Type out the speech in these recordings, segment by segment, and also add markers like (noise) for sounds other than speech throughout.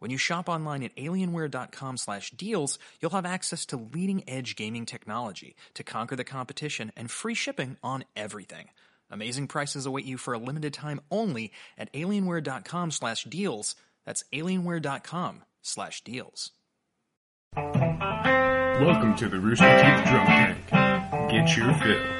When you shop online at alienware.com slash deals, you'll have access to leading edge gaming technology to conquer the competition and free shipping on everything. Amazing prices await you for a limited time only at alienware.com slash deals. That's alienware.com slash deals. Welcome to the Rooster Teeth Drum Tank. Get your fill.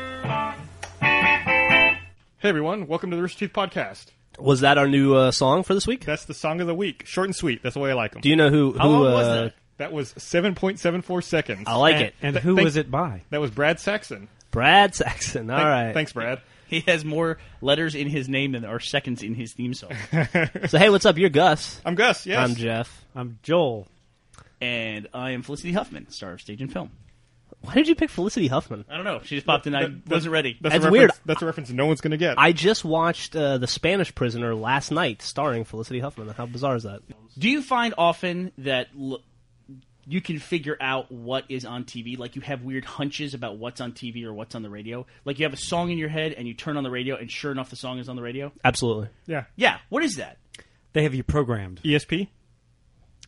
Hey everyone, welcome to the Rooster Teeth podcast. Was that our new uh, song for this week? That's the song of the week, short and sweet. That's the way I like them. Do you know who? who How long was uh, that? that was seven point seven four seconds. I like and, it. And Th- who thank- was it by? that was Brad Saxon. Brad Saxon. All Thank- right. thanks, Brad. He has more letters in his name than there are seconds in his (laughs) theme song. So hey, what's up? You're Gus. I'm Gus. Yes, I'm Jeff. I'm Joel. and I am Felicity Huffman, star of stage and film. Why did you pick Felicity Huffman? I don't know. She just popped in. I That- that- wasn't ready. That's, That's a weird. reference- That's a reference no one's going to get. I just watched uh, The Spanish Prisoner last night, starring Felicity Huffman. How bizarre is that? Do you find often that l- you can figure out what is on TV? Like you have weird hunches about what's on TV or what's on the radio? Like you have a song in your head and you turn on the radio and sure enough the song is on the radio? Absolutely. yeah. E Yeah. What is that? They have you programmed. ESP.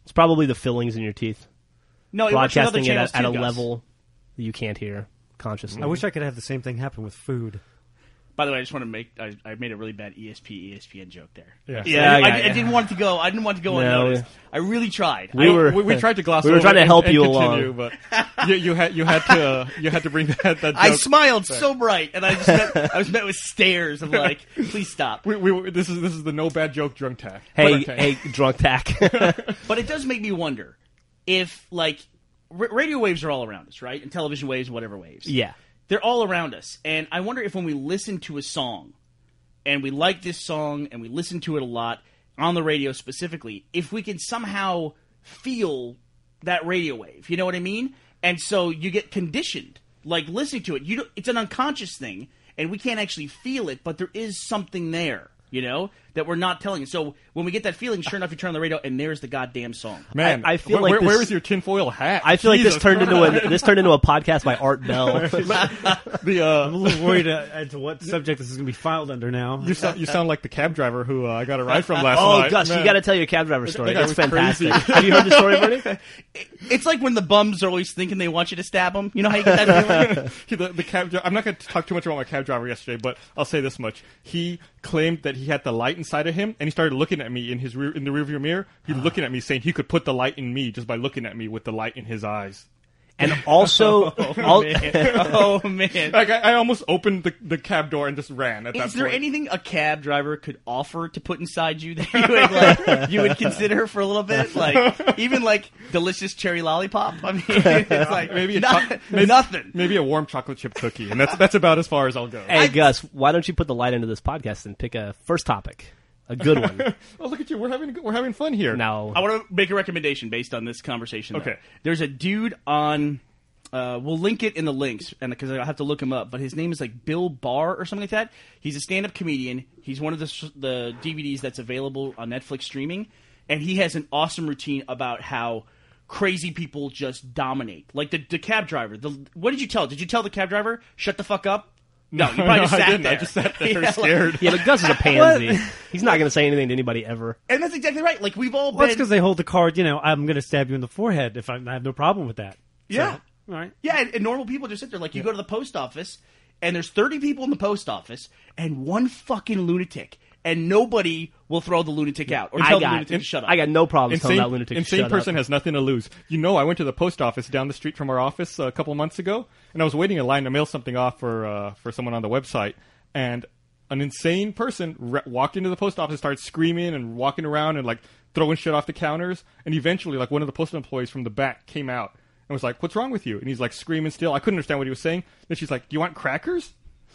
It's probably the fillings in your teeth. No, it works with other Broadcasting it channels at, at too, a Gus. level that you can't hear consciously. I wish I could have the same thing happen with food. By the way, I just want to make I, I made a really bad E ESP ESPN joke there. Yeah. Yeah, I, yeah, I- I yeah. didn't want it to go. I didn't want it to go No. unnoticed. I really tried. We I- were- We, we tried to gloss. We were over trying to and- help and you continue, but you, you had you had to uh, you had to bring that. that I joke. smiled so bright, and I just (laughs) met, I was met with stares of like, "Please stop." We, we, this is this is the no bad joke drunk tack. hey, Drunk tank. hey, drunk tack. But it does make me wonder if like r- radio waves are all around us, right? And television waves, whatever (laughs) waves. yeah. they're all around us, and I wonder if when we listen to a song, and we like this song, and we listen to it a lot on the radio specifically, if we can somehow feel that radio wave. You know what I mean? And so you get conditioned, like listening to it. You don't, it's an unconscious thing, and we can't actually feel it, but there is something there. You know that we're not telling. So when we get that feeling, sure enough, you turn on the radio, and there's the goddamn song. man, I- I feel wh- like where, where this- is your tinfoil hat? I feel like this Jesus turned into Christ. a this turned into a podcast by Art Bell. (laughs) the uh, I'm a little worried uh, as to what subject this is going to be filed under now. You sound, you sound like the cab driver who uh, I got a ride from last Oh, night. Gus, you Man. got to tell your cab driver story. guy It's was fantastic. crazy. Have you heard the story, (laughs) Bernie? It's like when the bums are always thinking they want you to stab them. You know how you get that feeling? He- the, the cab. dri- I'm not going to talk too much about my cab driver yesterday, but I'll say this much: he claimed that he had the light inside of him, and he started looking at me in his rear, in the rearview mirror. He looking at me, saying he could put the light in me just by looking at me with the light in his eyes. And also, al- oh man. Like I, I almost opened the, the cab door and just ran at that Is there point. anything a cab driver could offer to put inside you that (laughs) you would like you would consider for a little bit? Like even like delicious cherry lollipop? I mean (laughs) it's like maybe a (laughs) not- cho- maybe- nothing. Maybe a warm chocolate chip cookie, and that's that's about as far as I'll go. hey, Gus, why don't you put the light into this podcast and pick a first topic, a good (laughs) one? Oh, look at you! We're having we're having fun here. Now, I want to make a recommendation based on this conversation. though. Okay. There's a dude on. Uh, we'll link it in the links, and because I'll have to look him up. But his name is like Bill Barr or something like that. He's a stand-up comedian. He's one of the s- the DVDs that's available on Netflix streaming, and he has an awesome routine about how crazy people just dominate. Like the, the cab driver. The what did you tell? Did you tell the cab driver shut the fuck up? No, you (laughs) probably No, just I sat didn't. I there. just sat there (laughs) Yeah, like- scared. yeah, but (laughs) Gus is a pansy. He's not going to say anything to anybody ever. and that's exactly right. Like we've all Well, that's been. because they hold the card. You know, I'm going to stab you in the forehead. If I, I have no problem with that. yeah. All right. Yeah, and, and normal people just sit there. Like, you go to the post office, and there's 30 people in the post office, and one fucking lunatic, and nobody will throw the lunatic out or tell I the got, lunatic to shut up. I got no problem telling Insane, that lunatic. to insane shut person up. has nothing to lose. You know, I went to the post office down the street from our office uh, a couple months ago, and I was waiting in line to mail something off for uh, for someone on the website, and an insane person re- walked into the post office, started screaming and walking around and like throwing shit off the counters, and eventually, like one of the postal employees from the back came out and was like, "What's wrong with you?" And he's like screaming still. I couldn't understand what he was saying. Then she's like, "Do you want crackers?"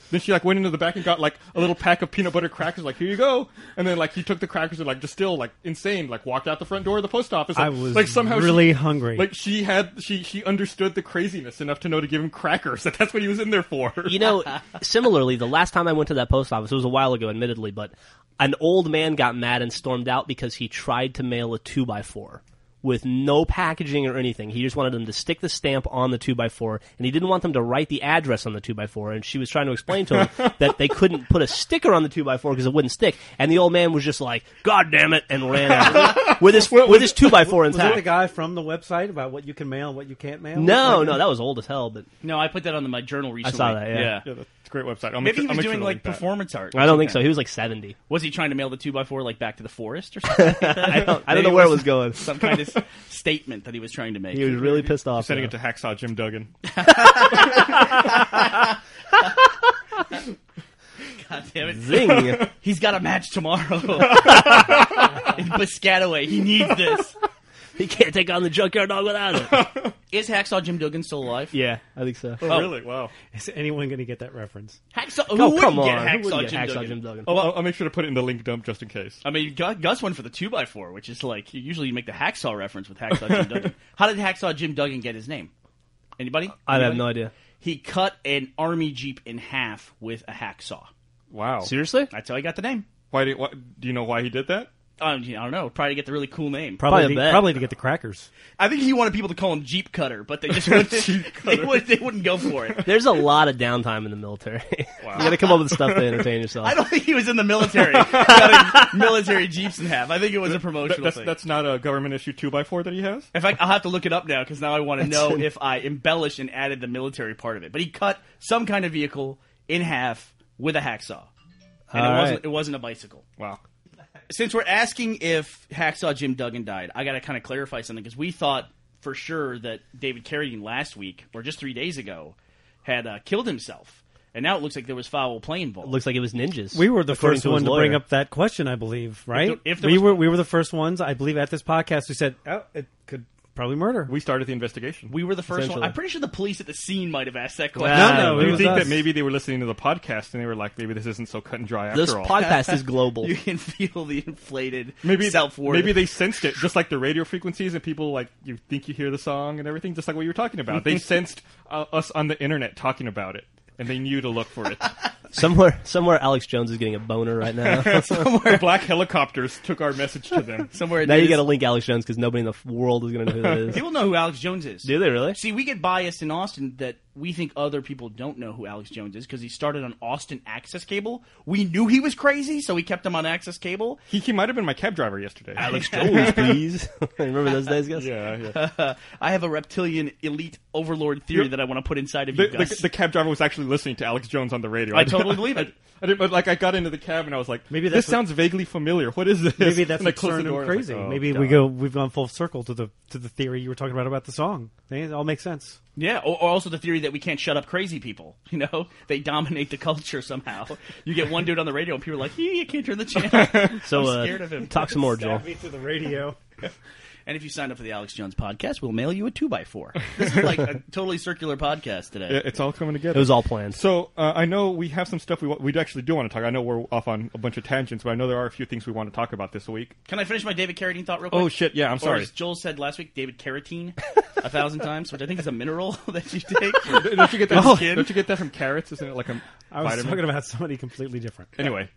Then she like went into the back and got like a little pack of peanut butter crackers. Like here you go. And then like he took the crackers and like just still like insane. Like walked out the front door of the post office. (laughs) Like, I was like somehow she- really hungry. Like she had she she understood the craziness enough to know to give him crackers. (laughs) That that's what he was in there (laughs) for. You know, similarly, the last time I went to that post office, it was a while ago, admittedly, but an old man got mad and stormed out because he tried to mail a 2x4 with no packaging or anything. He just wanted them to stick the stamp on the 2x4, and he didn't want them to write the address on the 2x4, and she was trying to explain to him that they couldn't put a sticker on the 2x4 because it wouldn't stick, and the old man was just like, God damn it, and ran out with his, with his 2x4 was it the intact. guy from the website about what you can mail and what you can't mail? No, no, that was old as hell, but No, I put that on my journal recently. saw that, yeah. yeah, that's a great website. I'll make Maybe sure- he I'll was make sure doing to like link that. performance art. or I don't think so. something. He was like 70. Was he trying to mail the two by four like back to the (laughs) forest or something? I don't, I don't know where it was going. Some kind of s- statement that he was trying to make. He was really pissed off. Sending it to though. hacksaw Jim Duggan. Oh. God damn it. Zing. He's got a match tomorrow in Piscataway. He needs this. (laughs) he can't take on the junkyard dog without it. Is Hacksaw Jim Duggan still alive? yeah, I think so. Oh, really? Wow. Is anyone going to get that reference? Hacksaw. Who Oh, wouldn't come get on. Who Hacksaw, wouldn't Jim, get Hacksaw Duggan? Jim Duggan? Oh, I'll, I'll make sure to put it in the link dump just in case. I mean, Gu- Gus won for the two by four, which is like you usually make the hacksaw reference with hacksaw Jim (laughs) Duggan. How did hacksaw Jim Duggan get his name? Anybody? I have Anybody? no idea. He cut an army jeep in half with a hacksaw. Wow. Seriously? That's how he got the name. Why do, why do you know why he did that? I don't, I don't know. Probably to get the really cool name. Probably Probably, a bet. to, probably to get the crackers. I think he wanted people to call him Jeep Cutter, but they (laughs) just wouldn't, (laughs) they, would, they wouldn't go for it. There's a lot of downtime in the military. (laughs) you got to come up with stuff to entertain yourself. I don't think he was in the (laughs) military. cutting military jeeps in half. I think it was a promotional That's, thing. that's not a government issue 2x4 that he has? In fact, I'll have to look it up now because now I want to know in- if I embellished and added the military part of it. But he cut some kind of vehicle in half with a hacksaw, and it All wasn't right. it wasn't a bicycle. Wow. Since we're asking if hacksaw Jim Duggan died, I got to kind of clarify something because we thought for sure that David Carradine last week or just three days ago had uh, killed himself, and now it looks like there was foul play involved. Looks like it was ninjas. We were the according first his one to bring lawyer. up that question, I believe, right? there- if there we was- were we were the first ones, I believe, at this podcast who said, "Oh, it could probably murder." We started the investigation. we were the first one. Essentially. I'm pretty sure the police at the scene might have asked that question. Wow. no, do it you was think us. that maybe they were listening to the podcast and they were like, maybe this isn't so cut and dry after (laughs) This all? podcast is global. (laughs) You can feel the inflated maybe self worth. Maybe they sensed it, just like the radio frequencies and people like you think you hear the song and everything, just like what you were talking about. (laughs) They sensed uh, us on the internet talking about it, and they knew to look for (laughs) it. somewhere, somewhere, Alex Jones is getting a boner right now. (laughs) Black helicopters took our message to them. somewhere it now you is. got to link Alex Jones because nobody in the f- world is going to know who that (laughs) is. People know who Alex Jones is. Do they (laughs) really? See, we get biased in Austin that we think other people don't know who Alex Jones is because he started on Austin Access Cable. We knew he was crazy, so we kept him on Access Cable. He, he might have been my cab driver yesterday. (laughs) Alex Jones, please. (laughs) Remember those days, (laughs) guys? Yeah, (laughs) yeah. I have a reptilian elite overlord theory You're- that I want to put inside of The, you the, guys. the cab driver was actually listening to Alex Jones on the radio. I totally believe it. I did, but like I got into the cab and I was like, Maybe this that's what- sounds vaguely familiar. What is this? Maybe (laughs) that's and I what closed the turned door him and I was crazy. like, oh, maybe God. we go. We've gone full circle to the to the theory you were talking about about the song. It all makes sense. yeah, or, or also the theory that we can't shut up crazy people. You know, (laughs) they dominate the culture somehow. You get one dude on the radio, and people are like, "Yeah, you can't turn the channel." (laughs) So, (laughs) I'm uh, scared of him. talk some (laughs) more, Joel. me through the radio. And if you sign up for the Alex Jones podcast, we'll mail you a two (laughs) by four. This is like a totally circular podcast today. Yeah, It's all coming together. It was all planned. So uh, I know we have some stuff we wa- we actually do want to talk. I know we're off on a bunch of tangents, but I know there are a few things we want to talk about this week. Can I finish my David Carradine thought real quick? Oh shit! Yeah, I'm Or sorry. as Joel said last week, David Carotene a thousand times, which I think is a mineral (laughs) that you take. (laughs) (laughs) Don't you get that? Oh. don't you get that from carrots? Isn't it like a (laughs) I was vitamin? talking about somebody completely different. Anyway,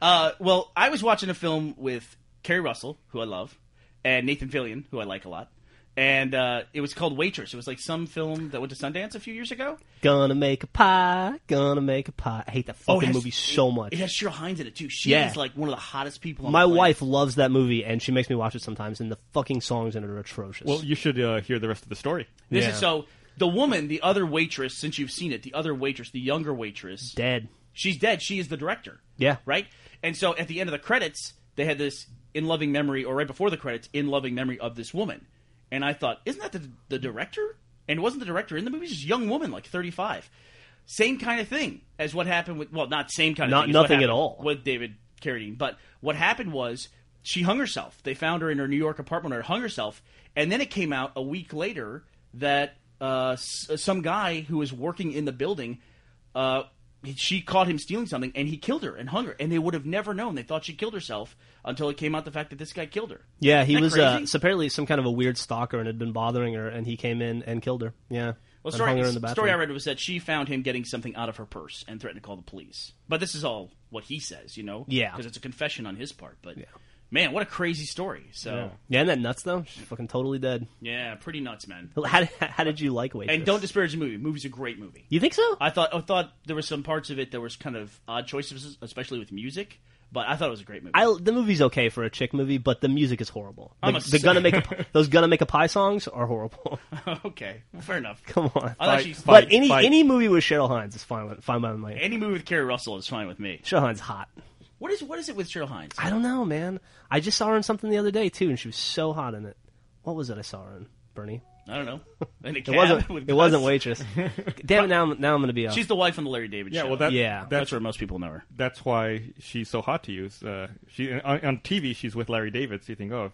Uh, well, I was watching a film with Kerry Russell, who I love, and Nathan Fillion, who I like a lot. And uh, it was called Waitress. It was like some film that went to Sundance a few years ago. Gonna make a pie. Gonna make a pie. I hate that Oh, it fucking has- movie so much. It has Cheryl Hines in it too. She Yeah. is like one of the hottest people. on My the planet. wife loves that movie, and she makes me watch it sometimes. And the fucking songs in it are atrocious. well, you should uh, hear the rest of the story. This Yeah. is so. The woman, the other waitress, since you've seen it, the other waitress, the younger waitress, dead. she's dead. She is the director. Yeah. Right? And so at the end of the credits, they had this in loving memory, or right before the credits, in loving memory of this woman. And I thought, isn't that the, the director? And wasn't the director in the movie? Just a young woman, like 35. Same kind of thing as what happened with, well, not same kind of Not- thing. is what nothing at happened all. With David Carradine. But what happened was she hung herself. They found her in her New York apartment or hung herself. And then it came out a week later that uh, s- some guy who was working in the building uh, she caught him stealing something and he killed her and hung her and they would have never known they thought she killed herself until it came out the fact that this guy killed her Yeah, he Isn't that was uh, crazy? so apparently some kind of a weird stalker and had been bothering her, and he came in and killed her. Yeah, well And story, hung her in the bathroom. story i read was that she found him getting something out of her purse and threatened to call the police but this is all what he says you know Yeah. because it's a confession on his part but man what a crazy story so Yeah, isn't that nuts though? She's fucking totally dead. (laughs) yeah, pretty nuts man How, how did you like Waitress? and don't disparage the movie movie's a great movie you think so? I thought I thought there were some parts of it that was kind of odd choices, especially with music. But I thought it was a great (laughs) movie. I, the movie's okay for a chick movie, but the music is horrible. I'm The, a- the gonna make (laughs) a, P- those gonna make a pie songs are horrible. okay, well, fair enough. Come on, I'll actually- but Fight, any fight. any movie with Cheryl Hines is fine. with- Fine by my Any movie with Carrie Russell is fine with me. Cheryl Hines hot. What is what is it with Cheryl Hines? I don't know, man. I just saw her in something the other day too, and she was so hot in it. What was it I saw her in? Bernie. I (laughs) don't know. In a It cab wasn't. with It Gus? wasn't (laughs) waitress. Damn it! Now, I'm- now I'm gonna be. Off. She's the wife on the Larry David Yeah, show. well, that, Yeah. that's that's where most people know her. (laughs) that's why she's so hot to use. Uh, she on, on TV, she's with Larry David. So you think, oh,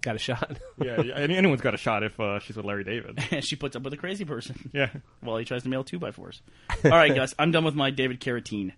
got a shot. yeah, yeah, (laughs) any- anyone's got a shot if uh, she's with Larry (laughs) David. And she puts up with a crazy person (laughs) Yeah, while he tries to mail two (laughs) by fours. All right, Gus, I'm done with my David Carradine.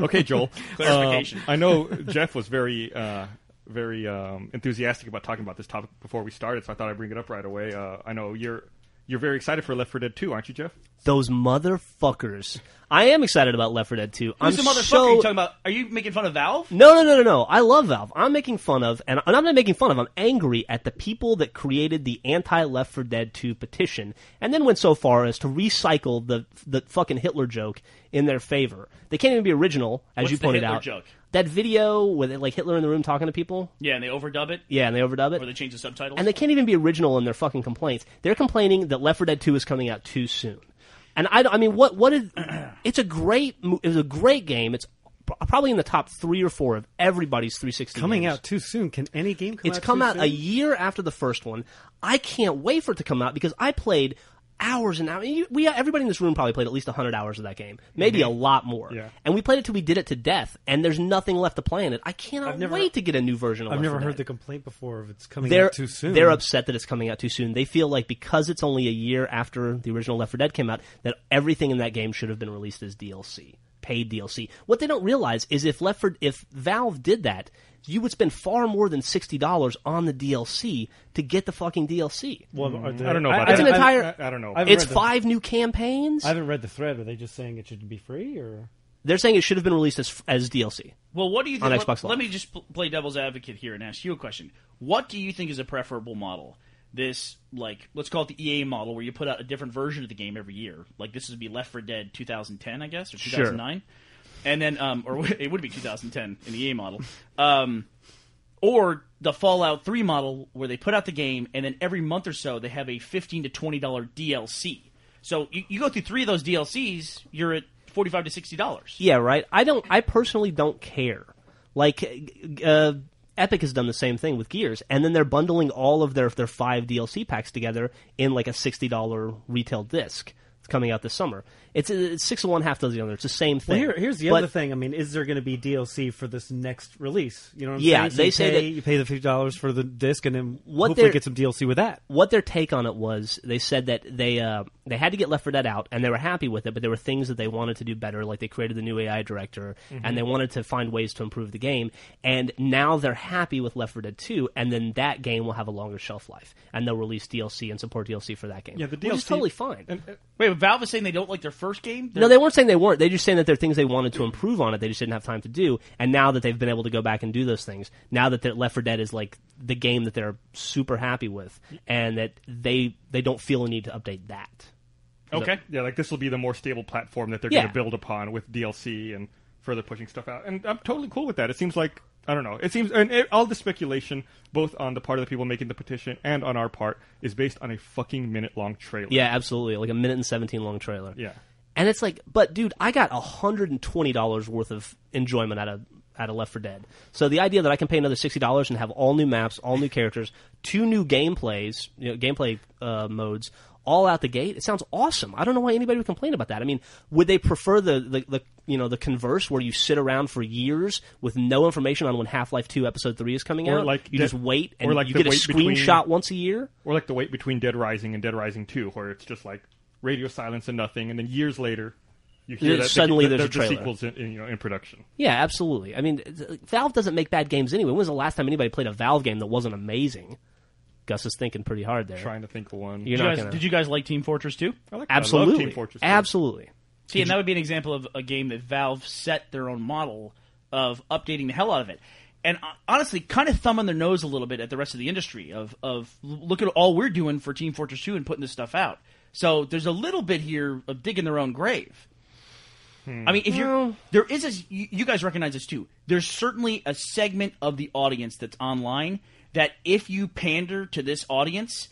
okay, Joel. Clarification. Um, I know Jeff was very, uh, very um, enthusiastic about talking about this topic before we started, so I thought I'd bring it up right away. Uh, I know you're you're very excited for Left 4 Dead 2, aren't you, Jeff? (laughs) Those motherfuckers. I am excited about Left 4 Dead 2. I'm Who's the motherfucker so you talking about? Are you making fun of Valve? No, no, no, no, no. I love Valve. I'm making fun of, and and I'm not making fun of, I'm angry at the people that created the anti Left for Dead 2 petition and then went so far as to recycle the, the fucking Hitler joke in their favor. They can't even be original, as What's you the pointed Hitler out. joke? That video with like Hitler in the room talking to people. Yeah, and they overdub it Yeah, and they overdub it. or they change the subtitles. And they can't even be original in their fucking complaints. They're complaining that Left 4 Dead 2 is coming out too soon. And I, I mean, what, what (clears throat) is, it's a great, mo- it was a great game. It's p- probably in the top three or four of everybody's 360 Coming games. out too soon. Can any game come It's out come too out soon? a year after the first one. I can't wait for it to come out because I played hours and hours. You- We everybody in this room probably played at least 100 hours of that game, maybe Mm-hmm. a lot more. Yeah. And we played it till we did it to death, and there's nothing left to play in it. I cannot never- wait to get a new version of I've Left never 4 heard Dead the complaint before of it's coming they're out too soon. They're upset that it's coming out too soon. They feel like because it's only a year after the original Left 4 Dead came out, that everything in that game should have been released as DLC, paid DLC. What they don't realize is if Left 4, if Valve did that, you would spend far more than sixty dollars on the DLC to get the fucking DLC. Well, are they- Mm-hmm. I don't know about it's I- an I- entire. I- I don't know. I've It's read the- five new campaigns. I haven't read the thread. Are they just saying it should be free or? They're saying it should have been released as as DLC. Well, what do you think? on let, Xbox Live. let me just pl- play devil's advocate here and ask you a question. What do you think is a preferable model? This, like, let's call it the EA model, where you put out a different version of the game every year. Like this would be Left for Dead 2010, I guess, or 2009, and then, um, or (laughs) it would be 2010 in the EA model, um, or the Fallout 3 model, where they put out the game and then every month or so they have a 15 to 20 dollar DLC. So you, you go through three of those DLCs, you're at 45 to 60 dollars. Yeah, right. I don't. I personally don't care. Like, g- uh, Epic has done the same thing with Gears, and then they're bundling all of their their five DLC packs together in like a sixty dollar retail disc. It's coming out this summer. It's, it's six of one, half dozen of the other. It's the same Well, thing. here, here's the But- other thing. I mean, is there going to be DLC for this next release? You know what I'm Yeah, saying? So they you say pay, that- you pay the fifty dollars for the disc, and then What hopefully they're- get some DLC with that. what their take on it was they said that they uh, they had to get Left 4 Dead out and they were happy with it, but there were things that they wanted to do better, like they created the new AI director Mm-hmm. and they wanted to find ways to improve the game. And now they're happy with Left 4 Dead 2, and then that game will have a longer shelf life and they'll release DLC and support DLC for that game. Yeah, the DLC which is totally fine. And, uh, Wait, but Valve is saying they don't like their first game. no, they weren't saying they weren't. They just saying that there are things they wanted to improve on it. They just didn't have time to do. And now that they've been able to go back and do those things, now that they're Left 4 Dead is like the game that they're super happy with, and that they they don't feel a need to update that. okay. yeah, like this will be the more stable platform that they're Yeah. going to build upon with DLC and further pushing stuff out. And I'm totally cool with that. It seems like I don't know. It seems and it, all the speculation, both on the part of the people making the petition and on our part, is based on a fucking minute long trailer. Yeah, absolutely. Like a minute and seventeen long trailer. Yeah. And it's like, but dude, I got hundred and twenty dollars worth of enjoyment out of out of Left for Dead. So the idea that I can pay another sixty dollars and have all new maps, all new characters, two new gameplays, you know, gameplay uh, modes, all out the gate, it sounds awesome. I don't know why anybody would complain about that. I mean, would they prefer the the, the you know the converse where you sit around for years with no information on when Half Life Two Episode Three is coming Or out? like you the- just wait and or like you the get a wait between- screenshot once a year. Or like the wait between Dead Rising and Dead Rising Two, where it's just like radio silence and nothing, and then years later, you hear Yeah, that suddenly the, the, there's a the trailer. sequels in, in, you know, in production. Yeah, absolutely. I mean, th- Valve doesn't make bad games anyway. When was the last time anybody played a Valve game that wasn't amazing? Gus is thinking pretty hard there. Trying to think of one. You're Did you, not guys, gonna did you guys like Team Fortress 2? I like- I love absolutely, Team Fortress. two. absolutely. See, and that would be an example of a game that Valve set their own model of updating the hell out of it. And uh, honestly, kind of thumbing their nose a little bit at the rest of the industry of, of look at all we're doing for Team Fortress 2 and putting this stuff out. So there's a little bit here of digging their own grave. I mean, if you're, there is a, you you guys recognize this too. There's certainly a segment of the audience that's online that if you pander to this audience,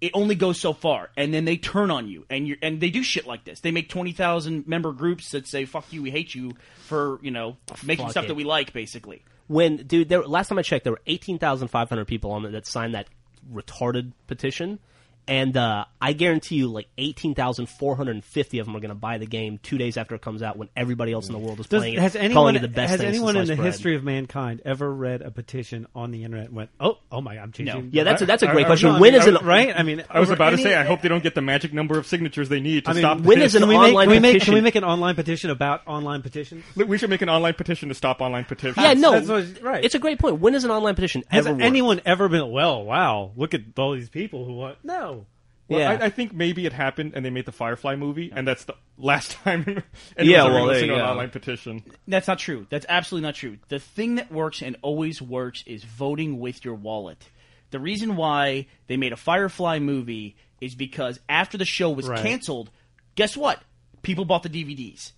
it only goes so far, and then they turn on you, and you and they do shit like this. They make twenty thousand member groups that say "fuck you, we hate you" for you know making Fuck stuff it. that we like, basically. When dude, there, last time I checked, there were eighteen thousand five hundred people on it that signed that retarded petition, and uh, I guarantee you, like eighteen thousand four hundred and fifty of them are going to buy the game two days after it comes out, when everybody else in the world is Does, playing has it, anyone, calling it the best has thing since anyone in sliced the bread. history of mankind ever read a petition on the internet and went, oh, oh my, I'm changing? Yeah, that's a, that's a I- great I- question. no, I When mean, is I- an right? I mean, I was over about to any- say, I hope they don't get the magic number of signatures they need to I mean, stop. when this. is (laughs) an Can we make, online can we make, petition? Can we make an online petition about online petitions? we should make an online petition to stop online petitions. yeah, no, That's what- right. It's a great point. When is an online petition Has ever worked? anyone ever been? Well, wow, look at all these people who want. No, Well, yeah. I, I think maybe it happened, and they made the Firefly movie, and that's the last (laughs) time. anyone's Yeah, ever well, there listened to you an go. online petition. That's not true. That's absolutely not true. The thing that works and always works is voting with your wallet. The reason why they made a Firefly movie is because after the show was Right. canceled, guess what? People bought the DVDs.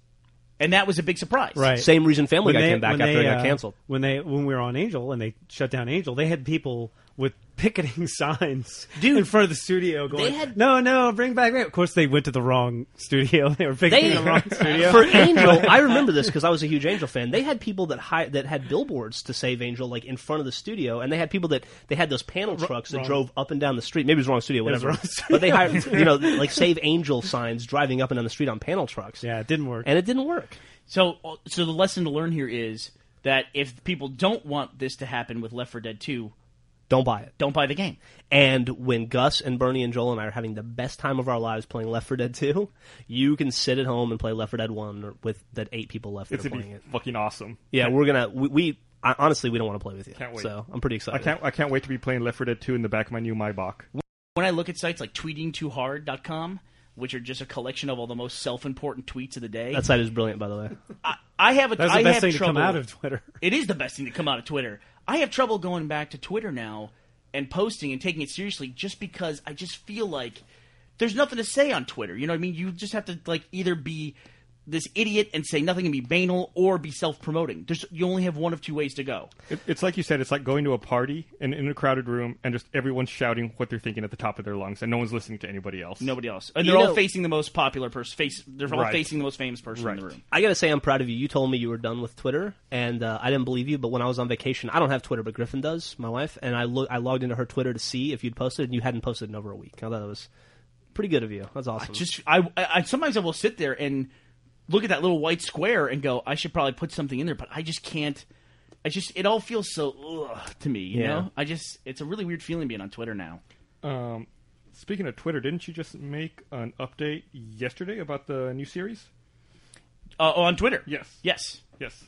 And that was a big surprise. right. Same reason Family When Guy they- came back when after they, it got uh, canceled. When they when we were on Angel and they shut down Angel, they had people with picketing (laughs) signs in front of the studio going, had- "No, no, bring back!" Of course, they went to the wrong studio. (laughs) They were picketing They- (laughs) the wrong studio. (laughs) For Angel, I remember this because I was a huge Angel fan. They had people that hi- that had billboards to save Angel, like in front of the studio, and they had people that they had those panel trucks that drove up and down the street. Maybe it was wrong studio, was whatever. wrong But they hired, (laughs) you know, like save Angel signs driving up and down the street on panel trucks. yeah, it didn't work. and it didn't work. So, so the lesson to learn here is that if people don't want this to happen with Left 4 Dead 2, Don't buy it. don't buy the game. And when Gus and Bernie and Joel and I are having the best time of our lives playing Left 4 Dead 2, you can sit at home and play Left 4 Dead 1 or- with that eight people left that It's are gonna be playing it. fucking awesome. Yeah, we're gonna we, we I, honestly we don't want to play with you. Can't wait. So I'm I pretty excited. can't. I can't wait to be playing Left 4 Dead 2 in the back of my new MyBach. When I look at sites like tweetingtoohard.com, which are just a collection of all the most self-important tweets of the day, That site is brilliant, by the (laughs) way. I, I have a That's I the best have thing trouble. to come out of Twitter. It is the best thing to come out of Twitter. I have trouble going back to Twitter now and posting and taking it seriously just because I just feel like there's nothing to say on Twitter. You know what I mean? You just have to like either be this idiot and say nothing and be banal or be self-promoting. There's you only have one of two ways to go. It, it's like you said. It's like going to a party and in a crowded room, and just everyone's shouting what they're thinking at the top of their lungs, and no one's listening to anybody else. Nobody else. And You they're know- all facing the most popular person face they're all Right. facing the most famous person in the room. I gotta say, I'm proud of you. You told me you were done with Twitter, and uh, I didn't believe you. But when I was on vacation, I don't have Twitter, but Griffin does, my wife, and I lo- I logged into her Twitter to see if you'd posted, and you hadn't posted in over a week. I thought that was pretty good of you. That's awesome. Mm-hmm. just I, I I- sometimes I will sit there and look at that little white square and go, I should probably put something in there, but I just can't. I just it all feels so ugh, to me, you Yeah. know. I just it's a really weird feeling being on Twitter now. Um, speaking of Twitter, didn't you just make an update yesterday about the new series? Uh, oh, on Twitter, Yes. yes, Yes.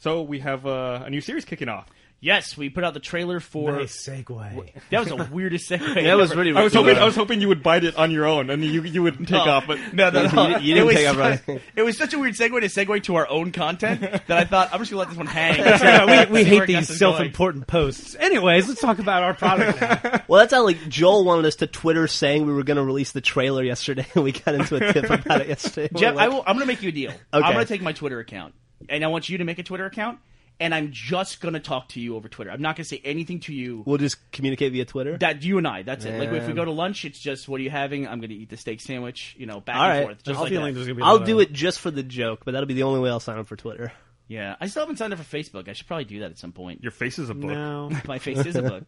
So we have uh, a new series kicking off. yes. We put out the trailer for Nice segue. that was the weirdest segue. that was pretty. I was hoping I was hoping you would bite it on your own and you you would take off, but no, (laughs) You no, no. didn't- you didn't it was take over such- anything. It was such a weird segue to segue to our own content that I thought I'm just gonna let this one hang. (laughs) (laughs) Yeah, we we See where hate Gus these is going. self-important posts. Anyways, let's talk about our product. now. well, that's how like Joel wanted us to Twitter saying we were going to release the trailer yesterday, and we got into a tip about it yesterday. Jeff, We're like, I will, I'm going to make you (laughs) a deal. Okay. I'm going to take my Twitter account, and I want you to make a Twitter account, and I'm just going to talk to you over Twitter. I'm not going to say anything to you. We'll just communicate via Twitter. that you and I, that's it. Like if we Man. go to lunch, it's just what are you having? I'm going to eat the steak sandwich, you know, back All and right. forth. Just I'm like feeling that. there's gonna be a I'll lot do of- it just for the joke, but that'll be the only way I'll sign up for Twitter. Yeah, I still haven't signed up for Facebook. I should probably do that at some (laughs) point. your face is a book. No. (laughs) My face is a book.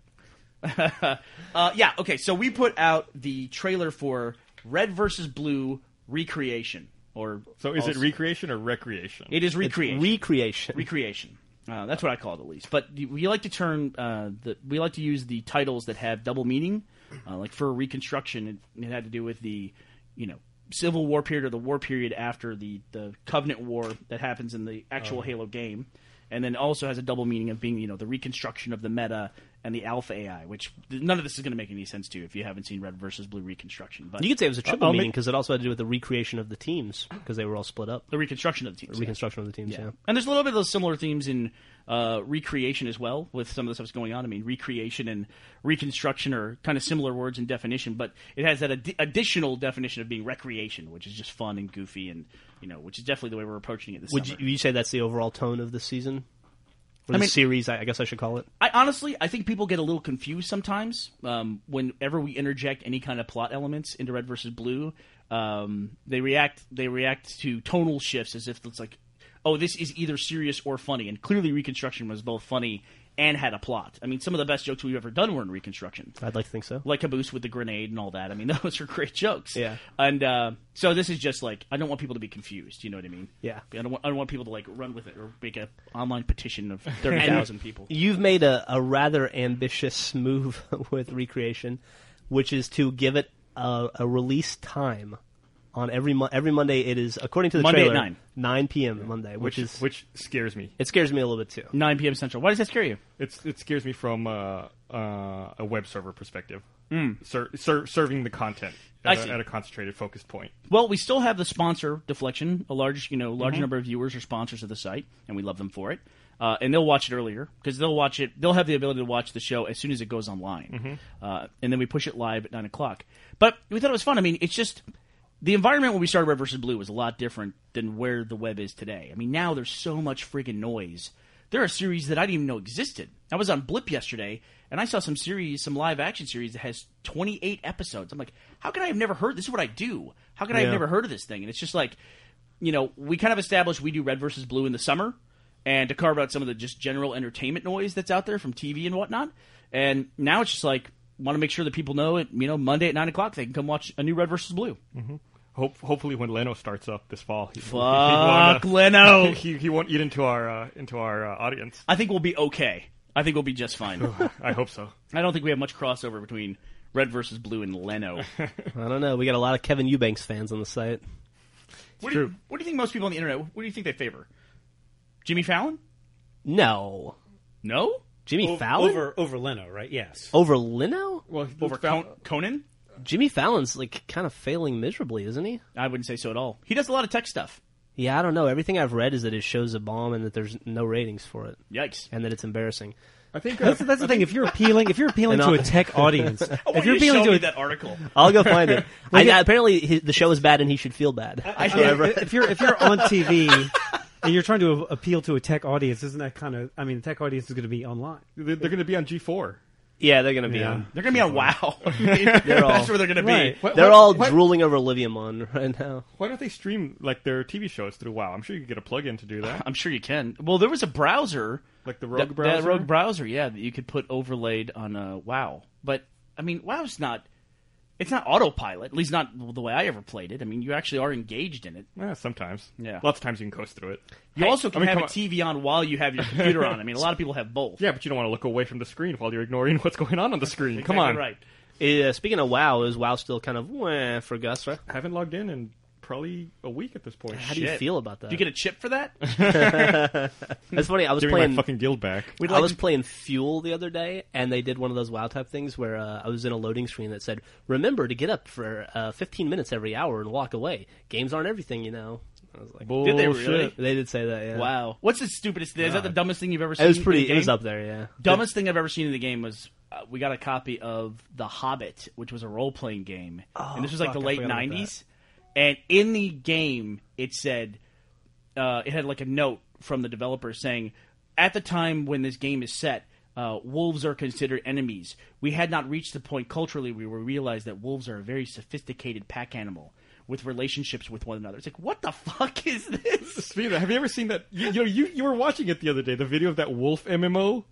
(laughs) (laughs) uh, yeah. Okay. So we put out the trailer for Red versus Blue recreation, or So is it also- recreation or recreation? It is recreation. Recreation. recreation. Uh, that's what I call it at least. But y- we like to turn uh, the we like to use the titles that have double meaning. Uh, like for reconstruction, it, it had to do with the you know Civil War period or the war period after the the Covenant War that happens in the actual Halo game, and then also has a double meaning of being you know the reconstruction of the meta and the Alpha AI, which th- none of this is going to make any sense to you if you haven't seen Red versus Blue Reconstruction, but You could say it was a triple I'll meaning make- because it also had to do with the recreation of the teams because they were all split up. the reconstruction of the teams. yeah. Reconstruction of the teams, yeah. And there's a little bit of those similar themes in uh, recreation as well, with some of the stuff that's going on. I mean, recreation and reconstruction are kind of similar words in definition, but it has that ad- additional definition of being recreation, which is just fun and goofy, and you know, which is definitely the way we're approaching it this Would you, summer. you say that's the overall tone of the season? Or I the mean- series, I, I guess I should call it. I honestly, I think people get a little confused sometimes um, whenever we interject any kind of plot elements into Red versus Blue. Um, they react, they react to tonal shifts as if it's like, oh, this is either serious or funny, and clearly Reconstruction was both funny and had a plot. I mean, some of the best jokes we've ever done were in Reconstruction I'd like to think so. like Caboose with the grenade and all that. I mean, (laughs) those are great jokes. Yeah. And uh, so this is just like I don't want people to be confused. You know what I mean? Yeah. I don't want I don't want people to like run with it or make an online petition of (laughs) thirty thousand people. You've made a, a rather ambitious (laughs) move with recreation, which is to give it a, a release time on every mo- every Monday. It is according to the Monday at trailer 9. nine p.m. Monday, which, is which scares me. it scares me a little bit too. Nine p.m. Central. Why does that scare you? It's it scares me from uh, uh, a web server perspective. Ser- ser- serving the content I at see. a, at a concentrated focus point. Well, we still have the sponsor deflection. A large, you know, large number of viewers are sponsors of the site, and we love them for it. Uh, and they'll watch it earlier because they'll watch it. They'll have the ability to watch the show as soon as it goes online, uh, and then we push it live at nine o'clock. But we thought it was fun. I mean, it's just the environment when we started Red versus Blue was a lot different than where the web is today. I mean, now there's so much friggin' noise. There are series that I didn't even know existed. I was on Blip yesterday, and I saw some series, some live action series that has 28 episodes. I'm like, how could I have never heard? This is what I do. How could I have Yeah. never heard of this thing? And it's just like, you know, we kind of established we do red versus blue in the summer, and to carve out some of the just general entertainment noise that's out there from TV and whatnot. And now it's just like, want to make sure that people know it. You know, Monday at nine o'clock they can come watch a new red versus blue. Hope, hopefully, when Leno starts up this fall, he, Fuck (laughs) Fuck Leno. he, he won't eat into our uh, into our uh, audience. I think we'll be okay. I think we'll be just fine. I hope so. I don't think we have much crossover between red versus blue and Leno. I don't know. We got a lot of Kevin Eubanks fans on the site. What do, you, what do you think most people on the internet? What do you think they favor? Jimmy Fallon? No, No. Jimmy O- Fallon over over Leno, right? Yes. over Leno. (laughs) Well, Over Con- Conan? Jimmy Fallon's like kind of failing miserably, isn't he? I wouldn't say so at all. He does a lot of tech stuff. Yeah, I don't know. Everything I've read is that his show's a bomb and that there's no ratings for it Yikes. and that it's embarrassing. I (laughs) think uh, (laughs) That's, that's the thing. If you're appealing, if you're appealing And to a I'll- (laughs) tech audience, if you you're appealing showed to me a that article. I'll go find (laughs) it. I, Like, apparently, his, the show is bad and he should feel bad. Yeah, if you're if you're on TV and you're trying to appeal to a tech audience, isn't that kind of? I mean, the tech audience is going to be online. they're, going to be on G four. (laughs) yeah, they're gonna be Yeah. on. They're going to be (laughs) on WoW. (laughs) I mean, that's all- where they're going to Right. be. They're all drooling over Olivia Munn (laughs) right now. Why don't they stream like their TV shows through WoW? I'm sure you could get a plug-in to do (laughs) that, I'm sure you can. Well, there was a browser. like the that- Rogue browser. That Rogue browser, yeah, that you could put overlaid on uh, WoW. But, I mean, WoW's not... It's not autopilot, at least not the way I ever played it. I mean, you actually are engaged in it. Yeah, sometimes. Yeah. Lots of times you can coast through it. You also can I mean, have come a on. TV on while you have your computer on. I mean, a lot of people (laughs) have both. Yeah, but you don't want to look away from the screen while you're ignoring (laughs) what's going on on the screen. Come Exactly on. Right. Uh, speaking of WoW, is WoW still kind of wah for Gus? Right? I haven't logged in in probably a week at this point. How do you Shit. feel about that? Do you get a chip for that? That's funny. I was Give me playing. my fucking guild (laughs) back. I was playing Fuel the other day, and they did one of those WoW type things where uh, I was in a loading screen that said, "Remember to get up for uh, 15 minutes every hour and walk away. Games aren't everything, you know." I was like, Did they really? "They did say that." Yeah. Wow. What's the stupidest thing? Is that the dumbest thing you've ever seen? Uh, It was in pretty. the game? It was up there. Yeah. Dumbest thing I've ever seen in the game was uh, we got a copy of The Hobbit, which was a role playing game, and this was like Oh, fuck, I the late forgot about '90s. And in the game, it said uh, it had like a note from the developer saying, at the time when this game is set, uh, wolves are considered enemies. We had not reached the point culturally where we realized that wolves are a very sophisticated pack animal with relationships with one another. It's like, what the (laughs) fuck is this? (laughs) Speaking of that, have you ever seen that? You, you know, you, you were watching it the other day, the video of that wolf MMO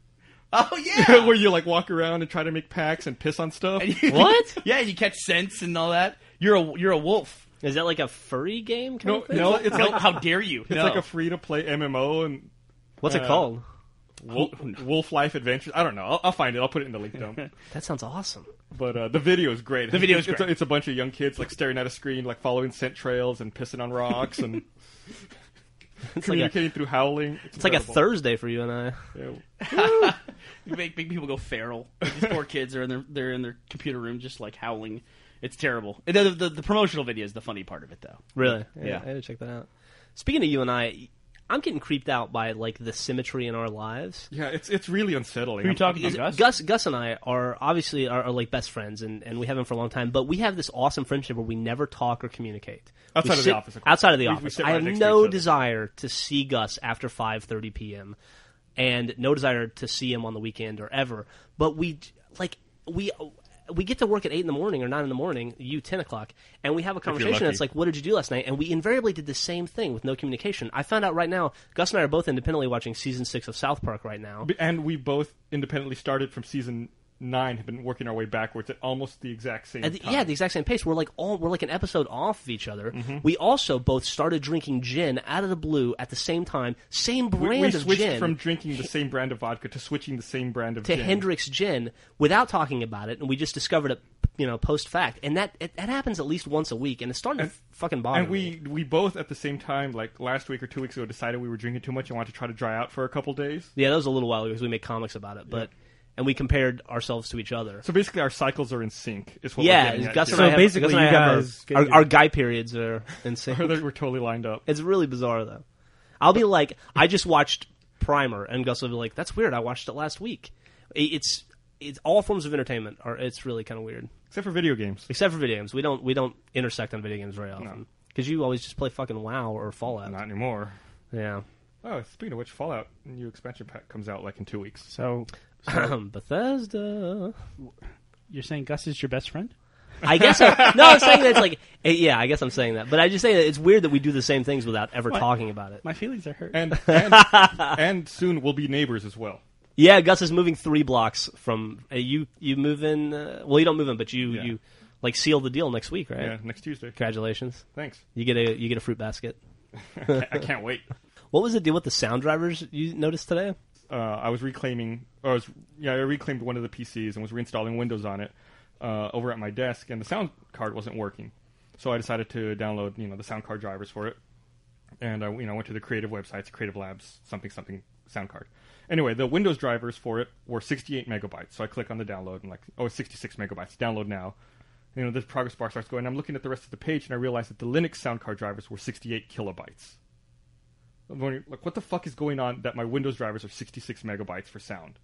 (laughs) Oh yeah, (laughs) where you like walk around and try to make packs and piss on stuff. (laughs) What? yeah, you catch scents and all that. You're a you're a wolf. Is that like a furry game? Kind No, of thing? no, it's No, like how dare you? it's like a free to play MMO and Uh, What's it called? Wolf, Wolf Life Adventures. I don't know. I'll, I'll find it. I'll put it in the link dump. That sounds awesome. But uh, the video is great. The video is It's, great. a, it's a bunch of young kids like staring at a screen, like following scent trails and pissing on rocks and communicating through howling. It's like a Thursday for you and I. third. You make, make people go feral. Like, these poor kids are in their they're in their computer room just like howling. It's terrible. And the, the, the promotional video is the funny part of it though. Really? Yeah. I had to check that out. Speaking of you and I, I'm getting creeped out by like the symmetry in our lives. Yeah, it's it's really unsettling. Who are you talking to, Gus? Gus, Gus and I are obviously are, are like best friends, and, and we have been for a long time. But we have this awesome friendship where we never talk or communicate We Outside of the sit- office, of course. outside of the We- we office, sit I right have next to each no other. desire to see Gus after 5:30 p.m. and no desire to see him on the weekend or ever. But we like we we get to work at eight in the morning or nine in the morning, you ten o'clock, and we have a conversation. lucky. That's like, what did you do last night? And we invariably did the same thing with no communication. I found out right now, Gus and I are both independently watching season six of South Park right now. B- And we both independently started from season nine, have been working our way backwards at almost the exact same At the- time. yeah, the exact same pace. We're like all we're like an episode off of each other. We also both started drinking gin out of the blue at the same time, same we, we brand of switched gin from drinking the same brand of vodka to switching the same brand of to gin. Hendrix gin without talking about it, and we just discovered it, you know, post fact. And that it, that happens at least once a week, and it's starting to fucking bother and me. we we both at the same time, like last week or two weeks ago, decided we were drinking too much and wanted to try to dry out for a couple days. Yeah, that was a little while ago because we made comics about it, but and we compared ourselves to each other. So basically, our cycles are in sync. Is what we're yeah, getting at Gus here. and I So have, basically Gus and I you have guys our, get- our, our guy periods are insane. Or that we're totally lined up. It's really bizarre though. I'll be like, I just watched Primer, and Gus will be like, "That's weird. I watched it last week." I- It's it's all forms of entertainment are it's really kind of weird, Except for video games. except for video games. We don't we don't intersect on video games very often because you always just play fucking WoW or Fallout. Not anymore. Yeah, Oh, speaking of which, Fallout new expansion pack comes out like in two weeks. (clears throat) So Bethesda. you're saying Gus is your best friend? I guess I, no. I'm saying that's like eh, yeah. I guess I'm saying that, but I just say that it's weird that we do the same things without ever talking about it. My feelings are hurt. And (laughs) and, and soon we'll be neighbors as well. Yeah, Gus is moving three blocks from uh, you. You move in. Uh, well, you don't move in, but you Yeah. you like seal the deal next week, right? Yeah, next Tuesday. Congratulations. Thanks. You get a you get a fruit basket. (laughs) I can't wait. What was the deal with the sound drivers you noticed today? uh, I was reclaiming, or I was, yeah, I reclaimed one of the PCs and was reinstalling Windows on it uh, over at my desk, and the sound card wasn't working, so I decided to download, you know, the sound card drivers for it, and I, you know, went to the creative websites, Creative Labs, something something sound card. Anyway, the Windows drivers for it were 68 megabytes, so I click on the download and like, oh, it's 66 megabytes, download now. You know, the progress bar starts going. I'm looking at the rest of the page, and I realize that the Linux sound card drivers were 68 kilobytes. I'm wondering, like, what the fuck is going on that my Windows drivers are 66 megabytes for sound?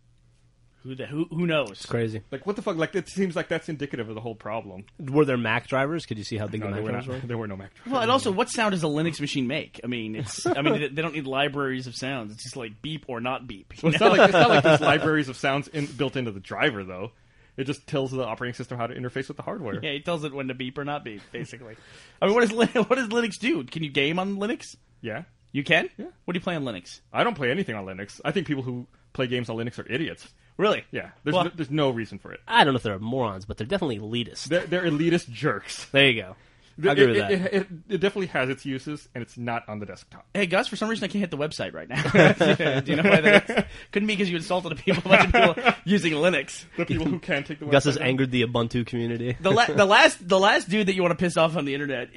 Who the, who who knows? Crazy. Like, what the fuck? Like, it seems like that's indicative of the whole problem. Were there Mac drivers? Could you see how big No, the there, were Mac drivers not, (laughs) were? there were no Mac drivers. Well, and also, what sound does a Linux machine make? I mean, it's I mean, they, they don't need libraries of sounds. It's just like beep or not beep. you (laughs) it's, not like, it's not like (laughs) there's libraries of sounds in, built into the driver, though. It just tells the operating system how to interface with the hardware. Yeah, he tells it when to beep or not beep, basically. I mean, what does Lin- (laughs) what does Linux do? Can you game on Linux? Yeah. You can. Yeah. What do you play on Linux? I don't play anything on Linux. I think people who play games on Linux are idiots. Really? Yeah. There's, Well- no, there's no reason for it. I don't know if they're morons, but they're definitely elitist. They're, they're elitist jerks. There you go. I agree it, with that. It, it, it definitely has its uses, and it's not on the (laughs) desktop. Hey Gus, for some reason I can't hit the website right now. (laughs) do you know why that is? Couldn't be because you insulted a people, a bunch of people using Linux. The people who can take the Gus website has down. angered the Ubuntu community. The, la- the last the last dude that you want to piss off on the internet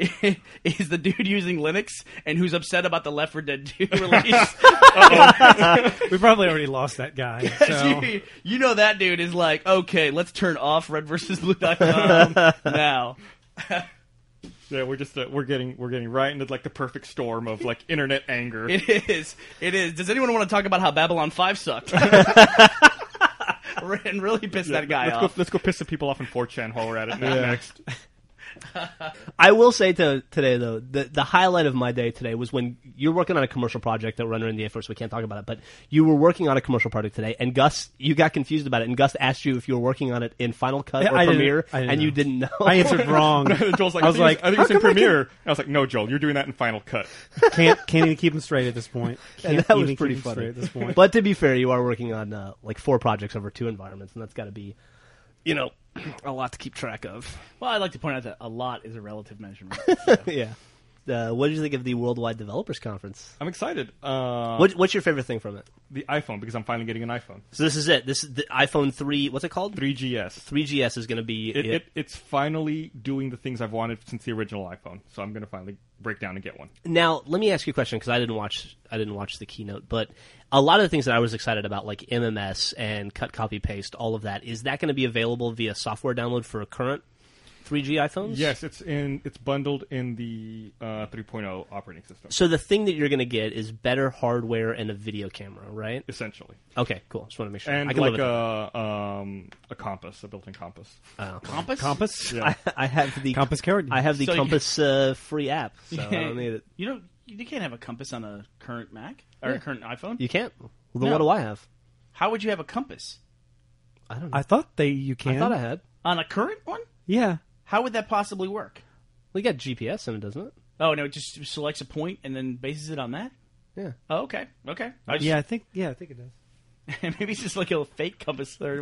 (laughs) is the dude using Linux and who's upset about the Left 4 Dead 2 release. We probably already lost that (laughs) guy. So. you, you know that dude is like, okay, let's turn off Red versus Blue.com now. Yeah, we're just uh, we're getting we're getting right into like the perfect storm of like internet (laughs) anger. It is. It is. Does anyone want to talk about how Babylon 5 sucked? (laughs) and really pissed that guy let's Go, off. let's go piss some people off in 4chan while we're at (laughs) it. Next, I will say to today though, the the highlight of my day today was when you're working on a commercial project that we're under NDA for, so we can't talk about it. But you were working on a commercial project today, and Gus, you got confused about it, and Gus asked you if you were working on it in Final Cut Yeah, or I didn't- Premiere, I didn't and you know. didn't know. I answered (laughs) wrong. Joel's like, I was like, I think how it's in come I can- Premiere. I, was like, no, Joel, you're doing that in Final Cut. can't can't even keep him straight at this (laughs) point. and Can't that was even pretty keep funny. 'em straight at this (laughs) (laughs) point. But to be fair, you are working on uh, like four projects over two environments, and that's got to be, you know, (clears throat) a lot to keep track of. (laughs) Well, I'd like to point out that a lot is a relative measurement. yeah. uh, what did you think of the Worldwide Developers Conference? (laughs) I'm excited. Uh, What, what's your favorite thing from it? the iPhone because I'm finally getting an iPhone. So this is it. This is the iPhone three. What's it called? 3GS. 3GS is going to be It, it it's finally doing the things I've wanted since the original iPhone. So I'm gonna finally break down and get one. Now, let me ask you a question because I didn't watch I didn't watch the keynote, but a lot of the things that I was excited about, like MMS and cut, copy, paste, all of that, is that going to be available via software download for current 3G iPhones? Yes, it's in it's bundled in the uh, 3.0 operating system. So the thing that you're going to get is better hardware and a video camera, right? Essentially, Okay, cool. Just want to make sure. and I can like live with a um, a compass, a built-in compass. Compass? Compass. Yeah. that. (laughs) I have the Compass card. I have the So (laughs) you- Compass uh, free app, so I Yeah. don't need it. (laughs) You don't. You can't have a compass on a current Mac or a current iPhone. You can't. Well, then No. what do I have? How would you have a compass I don't know. I thought they you can. I thought I had. on a current one? Yeah. How would that possibly work? We got GPS in it, (laughs) doesn't it? Oh no, it just selects a point and then bases it on that. Yeah. Oh, okay, okay. I just, Yeah, I think. Yeah, I think it does. (laughs) maybe it's just like a fake compass or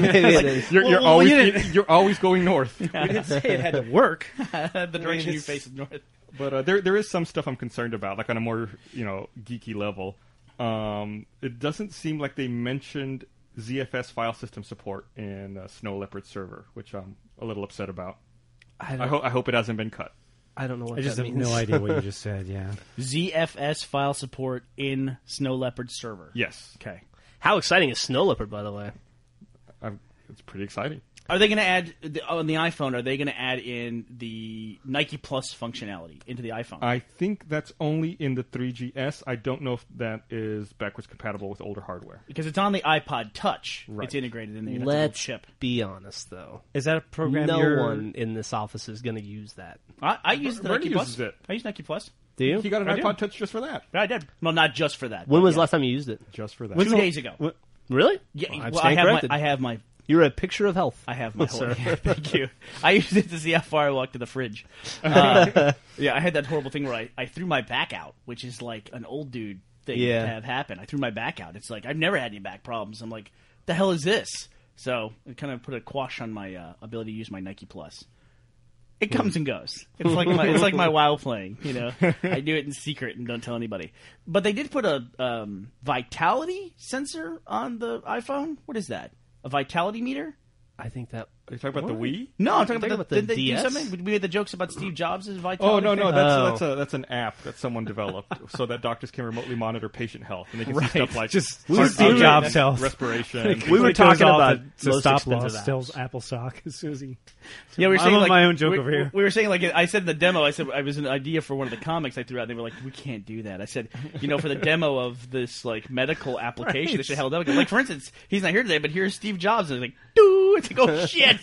(laughs) (laughs) Maybe it is. You're, Well, you're well, always we didn't- you're always going north. We didn't say it had to work. the direction you It's- face is north. But uh, there there is some stuff I'm concerned about, like on a more you know geeky level. Um, it doesn't seem like they mentioned ZFS file system support in uh, Snow Leopard server, which I'm a little upset about. I I, don't, ho- I hope it hasn't been cut. I don't know what I just that have means. no idea (laughs) what you just said. Yeah. ZFS file support in Snow Leopard server. Yes, Okay. How exciting is Snow Leopard, by the way? I'm, it's pretty exciting. Are they going to add the, on the iPhone? Are they going to add in the Nike Plus functionality into the iPhone? I think that's only in the 3GS. I don't know if that is backwards compatible with older hardware. because it's on the iPod Touch. Right. It's integrated in the that's a little Let's chip. be honest, though. Is that a program? no you're- one in this office is going to use that. I, I use the Bernie Nike Plus. uses it. I use Nike Plus. Do you? He got an I do. iPod Touch just for that. Yeah, I did. Well, not just for that. when but was yeah. the last time you used it? Just for that. Two days ago. What- Really? Yeah, Well, well, I'm I staying have corrected. my. I have my. You're a picture of health. I (laughs) have my whole. Sorry. Yeah, (laughs) thank you. I used it to see how far I walked to the fridge. Uh, yeah, I had that horrible thing where I, I threw my back out, which is like an old dude thing Yeah. to have happen. I threw my back out. It's like I've never had any back problems. I'm like, the hell is this? So it kind of put a quash on my uh, ability to use my Nike Plus. It comes and goes. It's like my, it's like my WoW playing. You know, I do it in secret and don't tell anybody. But they did put a um, vitality sensor on the iPhone. What is that? A vitality meter? I think that. Are you talking about the Wii? No, I'm talking, Talking about, about the, the did they do DS? something? We had the jokes about Steve Jobs' vitality. Oh no no thing. that's Oh. that's a that's an app that someone developed (laughs) so that doctors can remotely monitor patient health and they can see Right. stuff like Just heart Steve rate, Jobs' health. respiration. We were It goes talking off about at- to most stop expensive loss. apps. Sells Apple stock as soon as (laughs) he. yeah, we were I'm saying on like, my own joke we, over here. We were saying like I said in the demo. I said I was an idea for one of the comics I threw out. They were like, we can't do that. I said, you know, for the demo of this like medical application that should held up. Like for instance, he's not here today, but here's Steve Jobs. And it's like, dude, it's like, oh shit,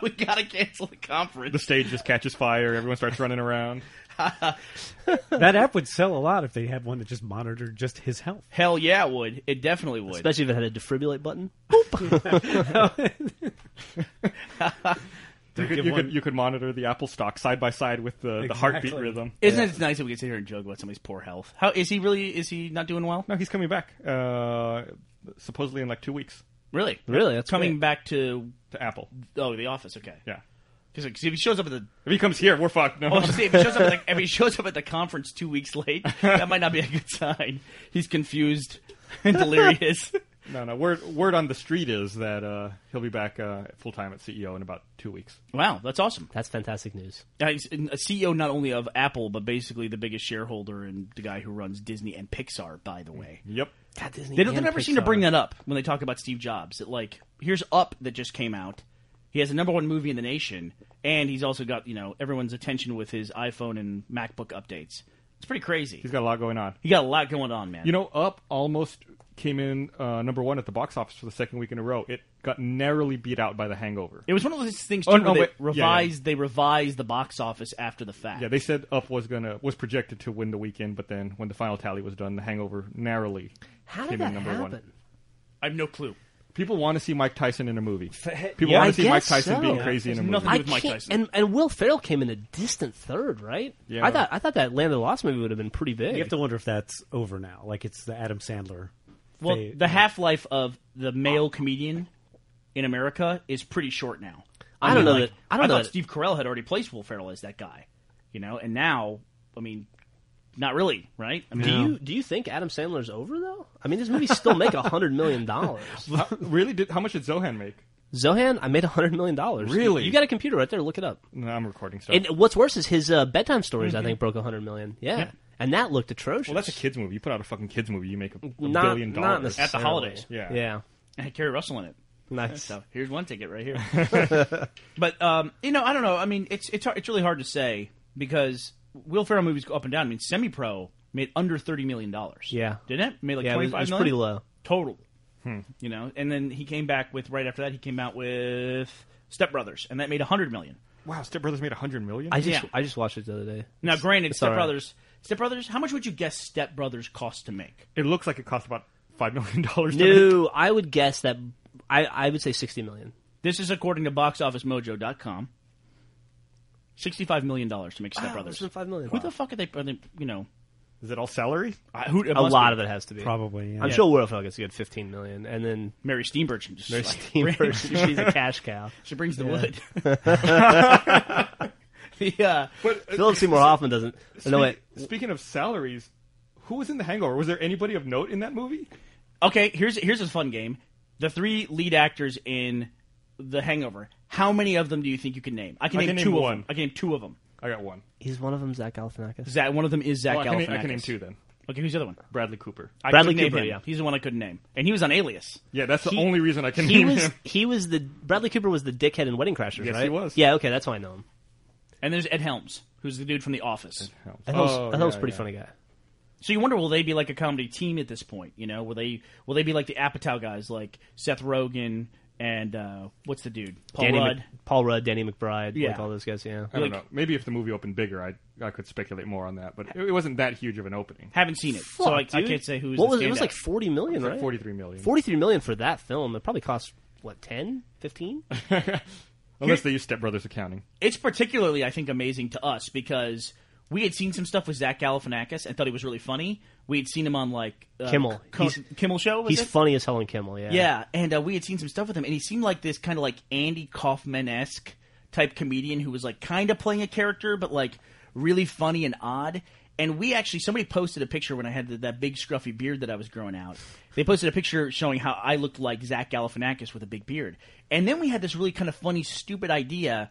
(laughs) we gotta cancel the the conference. stage just catches fire. Everyone starts running (laughs) around. That app would sell a lot if they had one that just monitored just his health. Hell yeah, it would it definitely would. Especially if it had a defibrillate button. You could, you, could, you could monitor the apple stock side by side with the, the heartbeat Exactly. rhythm. Isn't it nice that we can sit here and joke about somebody's poor health? How is he really? Is he not doing well? No, he's coming back. Uh, supposedly in like two weeks Really, Really? That's coming great. back to to Apple. oh the office. Okay, Yeah. Because if he shows up at the If he comes here, we're fucked. No. oh, see, if he shows up at the, if he shows up at the conference two weeks late, that might not be a good sign. He's confused and (laughs) delirious. (laughs) no, no. Word word on the street is that uh, he'll be back uh, full time at CEO in about two weeks. wow, that's awesome. That's fantastic news. Uh, He's a CEO not only of Apple, but basically the biggest shareholder and the guy who runs Disney and Pixar. By the way, Yep. God, Disney they don't, they and never seem to Pixar. bring that up when they talk about Steve Jobs. That like here's Up that just came out. He has the number one movie in the nation, and he's also got you know everyone's attention with his iPhone and MacBook updates. It's pretty crazy. He's got a lot going on. He got a lot going on, man. You know, Up almost came in uh, number one at the box office for the second week in a row. It got narrowly beat out by The Hangover. It was one of those things too, Oh, no, where they wait. Yeah, yeah. revised. They revised the box office after the fact. Yeah, they said Up was gonna was projected to win the weekend, but then when the final tally was done, The Hangover narrowly How came did that in number happen? one. I have no clue. People want to see Mike Tyson in a movie. People yeah, I want to see Mike guess Tyson so. being Yeah. crazy in a There's movie. nothing- I with Mike can't- Tyson. And, and Will Ferrell came in a distant third, right? Yeah. I thought I thought that Land of the Lost movie would have been pretty big. You have to wonder if that's over now. Like it's the Adam Sandler. Well, They- the half life of the male comedian in America is pretty short now. I don't know like, that- I don't know thought that- Steve Carell had already placed Will Ferrell as that guy, you know, and now I mean, not really, right? I mean, Do you do you think Adam Sandler's over though? I mean, this movie still make a hundred million dollars. How- really? Did, how much did Zohan make? Zohan, I made a hundred million dollars. Really? You got a computer right there? Look it up. No, I'm recording stuff. And what's worse is his uh, bedtime stories. I think broke a hundred million. Yeah. Yeah. and that looked atrocious. well, that's a kids movie. You put out a fucking kids movie, you make a, a not, billion not dollars. At the necessarily. holidays. Yeah. yeah, I had Kerry Russell in it. nice. So here's one ticket right here. but um, you know, I don't know. I mean, it's it's hard, it's really hard to say because Will Ferrell movies go up and down. I mean, Semi Pro made under thirty million dollars. Yeah. didn't it? Made like Yeah, it was- twenty it five was million? pretty low. total. Hmm. You know, and then he came back with right after that he came out with Step Brothers, and that made hundred million. Wow, Step Brothers made a hundred million. I just Yeah. I just watched it the other day. Now, granted, Step alright. Brothers, Step Brothers, how much would you guess Step Brothers cost to make? it looks like it cost about five million dollars. to make. No, I would guess that I I would say sixty million. This is according to BoxOfficeMojo.com. Sixty-five million dollars to make Step Wow, Brothers. less than five million. Who Wow. the fuck are they? Are they you know, Is it all salary? I- who, A lot of it has to be Probably, yeah. I'm Yeah. sure Will Ferrell gets a good fifteen million, and then Mary Steenburgen can just Mary (laughs) like, (laughs) Steenburgen, brings- she's a cash (laughs) cow. she brings the wood. (laughs) the, uh, But uh, Philip Seymour Hoffman doesn't. no wait, speak- Speaking of salaries, who was in The Hangover? Was there anybody of note in that movie? okay, here's here's a fun game. The three lead actors in The Hangover. How many of them do you think you can name? I can, I name can two name of one. them. I can name two of them. I got one. he's one of them. (laughs) Zach Galifianakis. Zach, one of them is Zach Oh, I, can name, I Galifianakis. can name two then. Okay, who's the other one? Bradley Cooper. I Bradley couldn't name Cooper, him. yeah. He's the one I couldn't name, and he was on Alias. yeah, that's the He- only reason I can He name was (laughs) him. he was the Bradley Cooper was the dickhead in Wedding Crashers, Yes, right? he was. Yeah, okay, that's how I know him. And there's Ed Helms, who's the dude from The Office. I thought, was, Oh, I thought was yeah, a pretty yeah. funny guy. So you wonder, will they be like a comedy team at this point? You know, will they will they be like the Apatow guys, like Seth Rogen and uh, what's the dude, Paul Danny Rudd? Mc, Paul Rudd, Danny McBride, Yeah. like all those guys. Yeah, I don't like- know. Maybe if the movie opened bigger, I I could speculate more on that. But it, it wasn't that huge of an opening. Haven't seen it, so I, I can't say who's. what the was it? Was standout. like forty million, It's like right? 43 million. Forty-three million for that film. It probably cost what 10, (laughs) 15? Unless they use Step Brothers accounting. it's particularly, I think, amazing to us because we had seen some stuff with Zach Galifianakis and thought he was really funny. We had seen him on like uh, Kimmel. Co- He's- Kimmel show. Was He's it? funny as Helen Kimmel. Yeah, Yeah, and uh, we had seen some stuff with him, and he seemed like this kind of like Andy Kaufman esque type comedian who was like kind of playing a character, but like really funny and odd. And we actually somebody posted a picture when I had th- that big scruffy beard that I was growing out. They posted a picture showing how I looked like Zach Galifianakis with a big beard. And then we had this really kind of funny, stupid idea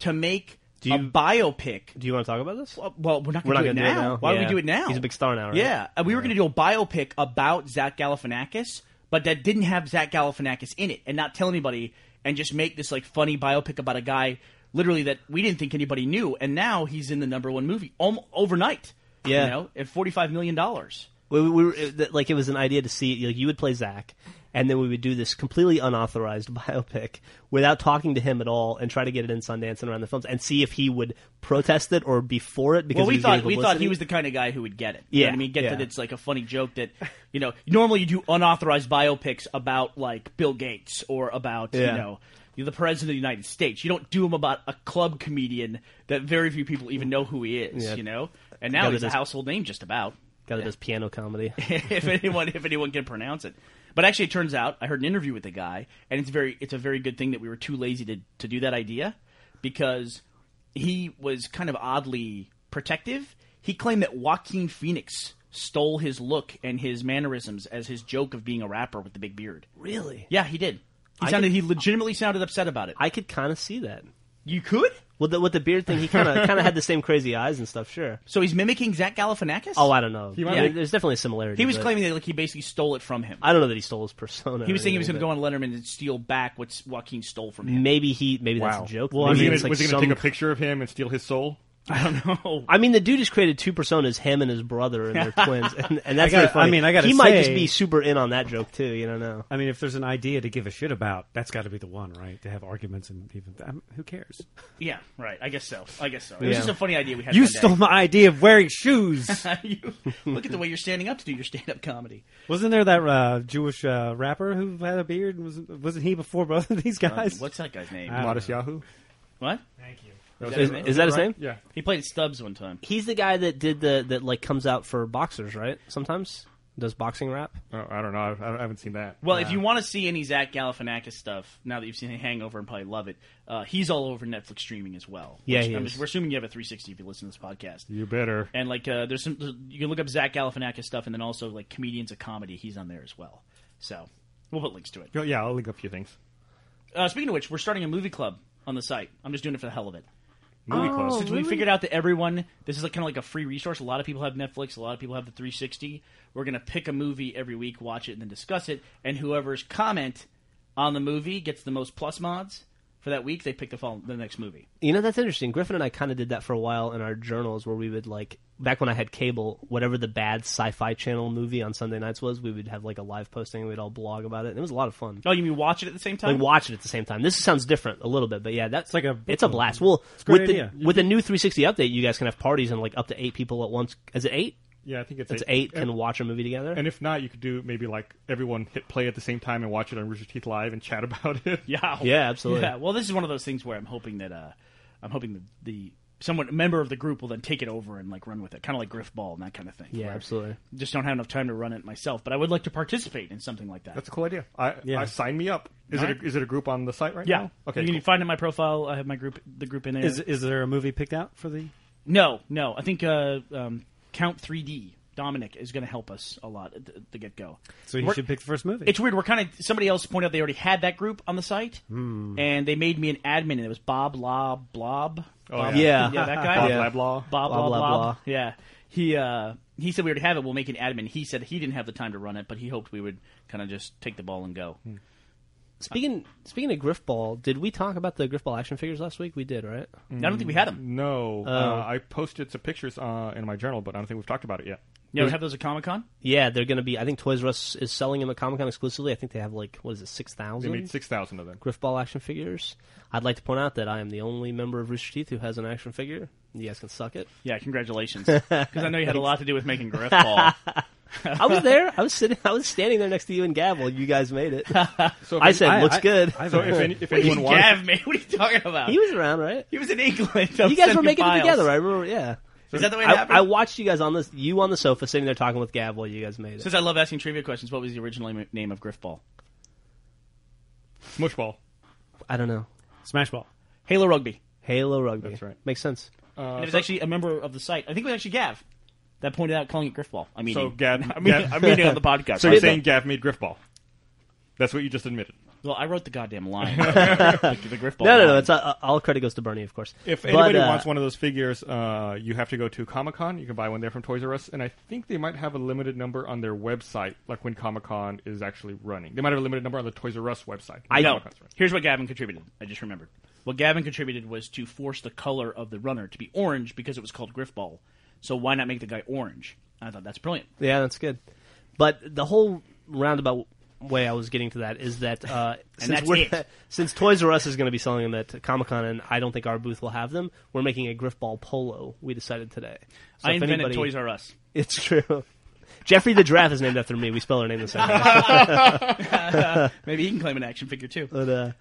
to make a biopic Do you want to talk about this? uh, well, we're not going to do, not gonna it do it now. now. Why would Yeah. we do it now? He's a big star now, right? Yeah, and we were going to do a biopic about Zach Galifianakis, but that didn't have Zach Galifianakis in it, and not tell anybody, and just make this like funny biopic about a guy, literally that we didn't think anybody knew, and now he's in the number one movie om- overnight. Yeah. you know, at forty five million dollars. We, we, we were, it- that- like it was an idea to see like you would play Zach, and then we would do this completely unauthorized (laughs) biopic without talking to him at all, and try to get it in Sundance and around the films, and see if he would protest it or be for it because Well, he we was thought getting we thought he publicity. was the kind of guy who would get it. Yeah, you know what I mean, get yeah. that it's like a funny joke that you know. Normally, you do unauthorized biopics about like Bill Gates or about Yeah. you know the president of the United States. You don't do them about a club comedian that very few people even know who he is. Yeah. You know, and now Got he's it a as- household name just about. guy that does piano (laughs) comedy. (laughs) if anyone if anyone can pronounce it. But actually, it turns out I heard an interview with the guy, and it's very it's a very good thing that we were too lazy to to do that idea because he was kind of oddly protective. He claimed that Joaquin Phoenix stole his look and his mannerisms as his joke of being a rapper with the big beard. really? Yeah, he did. He I sounded could- he legitimately sounded upset about it. I could kind of see that. you could? Well, the, with the beard thing, he kind (laughs) of kind of had the same crazy eyes and stuff. Sure. So he's mimicking Zach Galifianakis? Oh, I don't know. might Yeah, be- there's definitely a similarity. he was but claiming that like he basically stole it from him. I don't know that he stole his persona. he was saying he was going to to go on Letterman and steal back what Joaquin stole from him. Maybe he. Maybe Wow. that's a joke. Well, Maybe I was he mean, gonna, it's like was he gonna some take a picture of him and steal his soul? I don't (laughs) know. Mm, I mean, the dude has created two personas, him and his brother, and (laughs) they're twins, and, and that's I gotta- very funny. I mean, I gotta he might just say- be super in on that joke too. You don't know. I mean, if there's an idea to give a shit about, that's got to be the one, right? To have arguments and even I mean, who cares? Yeah, right. I guess so. I guess so. It was Yeah. just a funny idea we had. You one day. stole my idea of wearing shoes. (laughs) You- Look at the way you're standing up to do your stand-up comedy. (laughs) Wasn't there that uh, Jewish uh, rapper who had a beard? And was wasn't he before both of these guys? What's that guy's name? I don't Modest Yahoo. what? Thank you. Is Is, is that his name? Yeah. He played at Stubbs one time. He's the guy that did the that like comes out for boxers, right? Sometimes Does boxing rap? Oh, I don't know. I, I haven't seen that. Well, if you want to see any Zach Galifianakis stuff, now that you've seen Hangover and probably love it, uh, he's all over Netflix streaming as well. Yeah, Which he I'm is. we're assuming you have a 360 if you listen to this podcast. You better. And like, uh, there's some you can look up Zach Galifianakis stuff, and then also like comedians of comedy. He's on there as well. So we'll put links to it. Oh, Yeah, I'll link a few things. Uh, speaking of which, we're starting a movie club on the site. I'm just doing it for the hell of it. Movie club. Since we figured out that everyone, this is like, kind of like a free resource. A lot of people have Netflix. A lot of people have the 360. We're gonna pick a movie every week, watch it, and then discuss it. And whoever's comment on the movie gets the most plus mods for that week. They pick the fall, the next movie. You know, that's interesting. Griffin and I kind of did that for a while in our journals where we would, like, back when I had cable, whatever the bad sci fi channel movie on Sunday nights was, we would have, like, a live posting and we'd all blog about it. And it was a lot of fun. Oh, you mean watch it at the same time? Like, watch it at the same time. This sounds different a little bit, but yeah, that's like a- it's a blast. Well, a great with the, idea. with the new 360 update, you guys can have parties and, like, up to eight people at once. Is it eight? Yeah, I think it's, It's eight And, can watch a movie together. and if not, you could do maybe like everyone hit play at the same time and watch it on Rooster Teeth Live and (laughs) chat about it. (laughs) Yeah. Yeah, absolutely. Yeah. Well, this is one of those things where I'm hoping that uh, I'm hoping that the someone a member of the group will then take it over and like run with it, kind of like Griff Ball and that kind of thing. yeah, where I absolutely. Just don't have enough time to run it myself, but I would like to participate in something like that. That's a cool idea. I, I sign me up. Is it Alright. a, is it a group on the site right yeah. now? Okay. You cool. can find it in my profile. I have my group, the group in there. Is is there a movie picked out for the? No, no. I think uh, um, Count 3D Dominic is going to help us a lot at the, the get go. So you We're- should pick the first movie. It's weird. We're kind of somebody else pointed out they already had that group on the site, Hmm. and they made me an admin, and it was Bob La Blob. Oh, Bob- yeah. (laughs) yeah, that (laughs) guy. Bob Yeah. Lablaw. Bob, Blah, blah, blah, blah, blah. Yeah. He uh, he said we already have it. We'll make an admin. He said he didn't have the time to run it, but he hoped we would kind of just take the ball and go. Hmm. Speaking speaking of Griffball, did we talk about the Griffball action figures last week? We did, right? I don't think we had them. No, Oh. uh, I posted some pictures uh, in my journal, but I don't think we've talked about it yet. Yeah, we have those at Comic Con. Yeah, they're going to be. I think Toys R Us is selling them at Comic Con exclusively. I think they have like what is it, six They made thousand six thousand of them. Griffball action figures. I'd like to point out that I am the only member of Rooster Teeth who has an action figure. You guys can suck it. Yeah, congratulations. Because I know you had a lot to do with making Griff Ball. I was there. I was sitting. I was standing there next to you and Gav while you guys made it. So if I any- said, "Looks I- good." I- so if, any, if anyone (laughs) you wants, Gav, man. What are you talking about? he was around, (laughs) right? He was in England. You guys were making it together. I remember. Yeah. Is that the way it I, happened? I watched you guys on this. You on the sofa sitting there talking with Gav while you guys made it. Since I love asking trivia questions, what was the original name- name of Griff Ball? Smushball. I don't know. Smash Ball. Halo Rugby. Halo Rugby. That's right. Makes sense. and it was actually a member of the site. I think it was actually Gav that pointed out calling it Griff Ball. I mean, So Gav, (laughs) I mean, Gav- I mean it on the podcast. so (laughs) right? you're saying Gav made Griffball? That's what you just admitted. Well, I wrote the goddamn line. the, the Griff Ball. No, no, no. line. It's uh, all credit goes to Bernie, of course. If But, anybody uh, wants one of those figures, uh, you have to go to Comic Con. You can buy one there from Toys R Us, and I think they might have a limited number on their website, like when Comic Con is actually running. They might have a limited number on the Toys R Us website. I know. Comic-Con's running. Here's what Gavin contributed. I just remembered. What Gavin contributed was to force the color of the runner to be orange because it was called Griff Ball. So why not make the guy orange? I thought that's brilliant. Yeah, that's good. But the whole roundabout way I was getting to that is that (laughs) uh, since that's we're, it. (laughs) since Toys R Us is going to be selling them at Comic Con, and I don't think our booth will have them, we're making a Griffball polo. We decided today. So I if invented anybody- Toys R Us. It's true. (laughs) Jeffrey the Giraffe is named after me. We spell our name the same. way. Maybe he can claim an action figure too. But uh,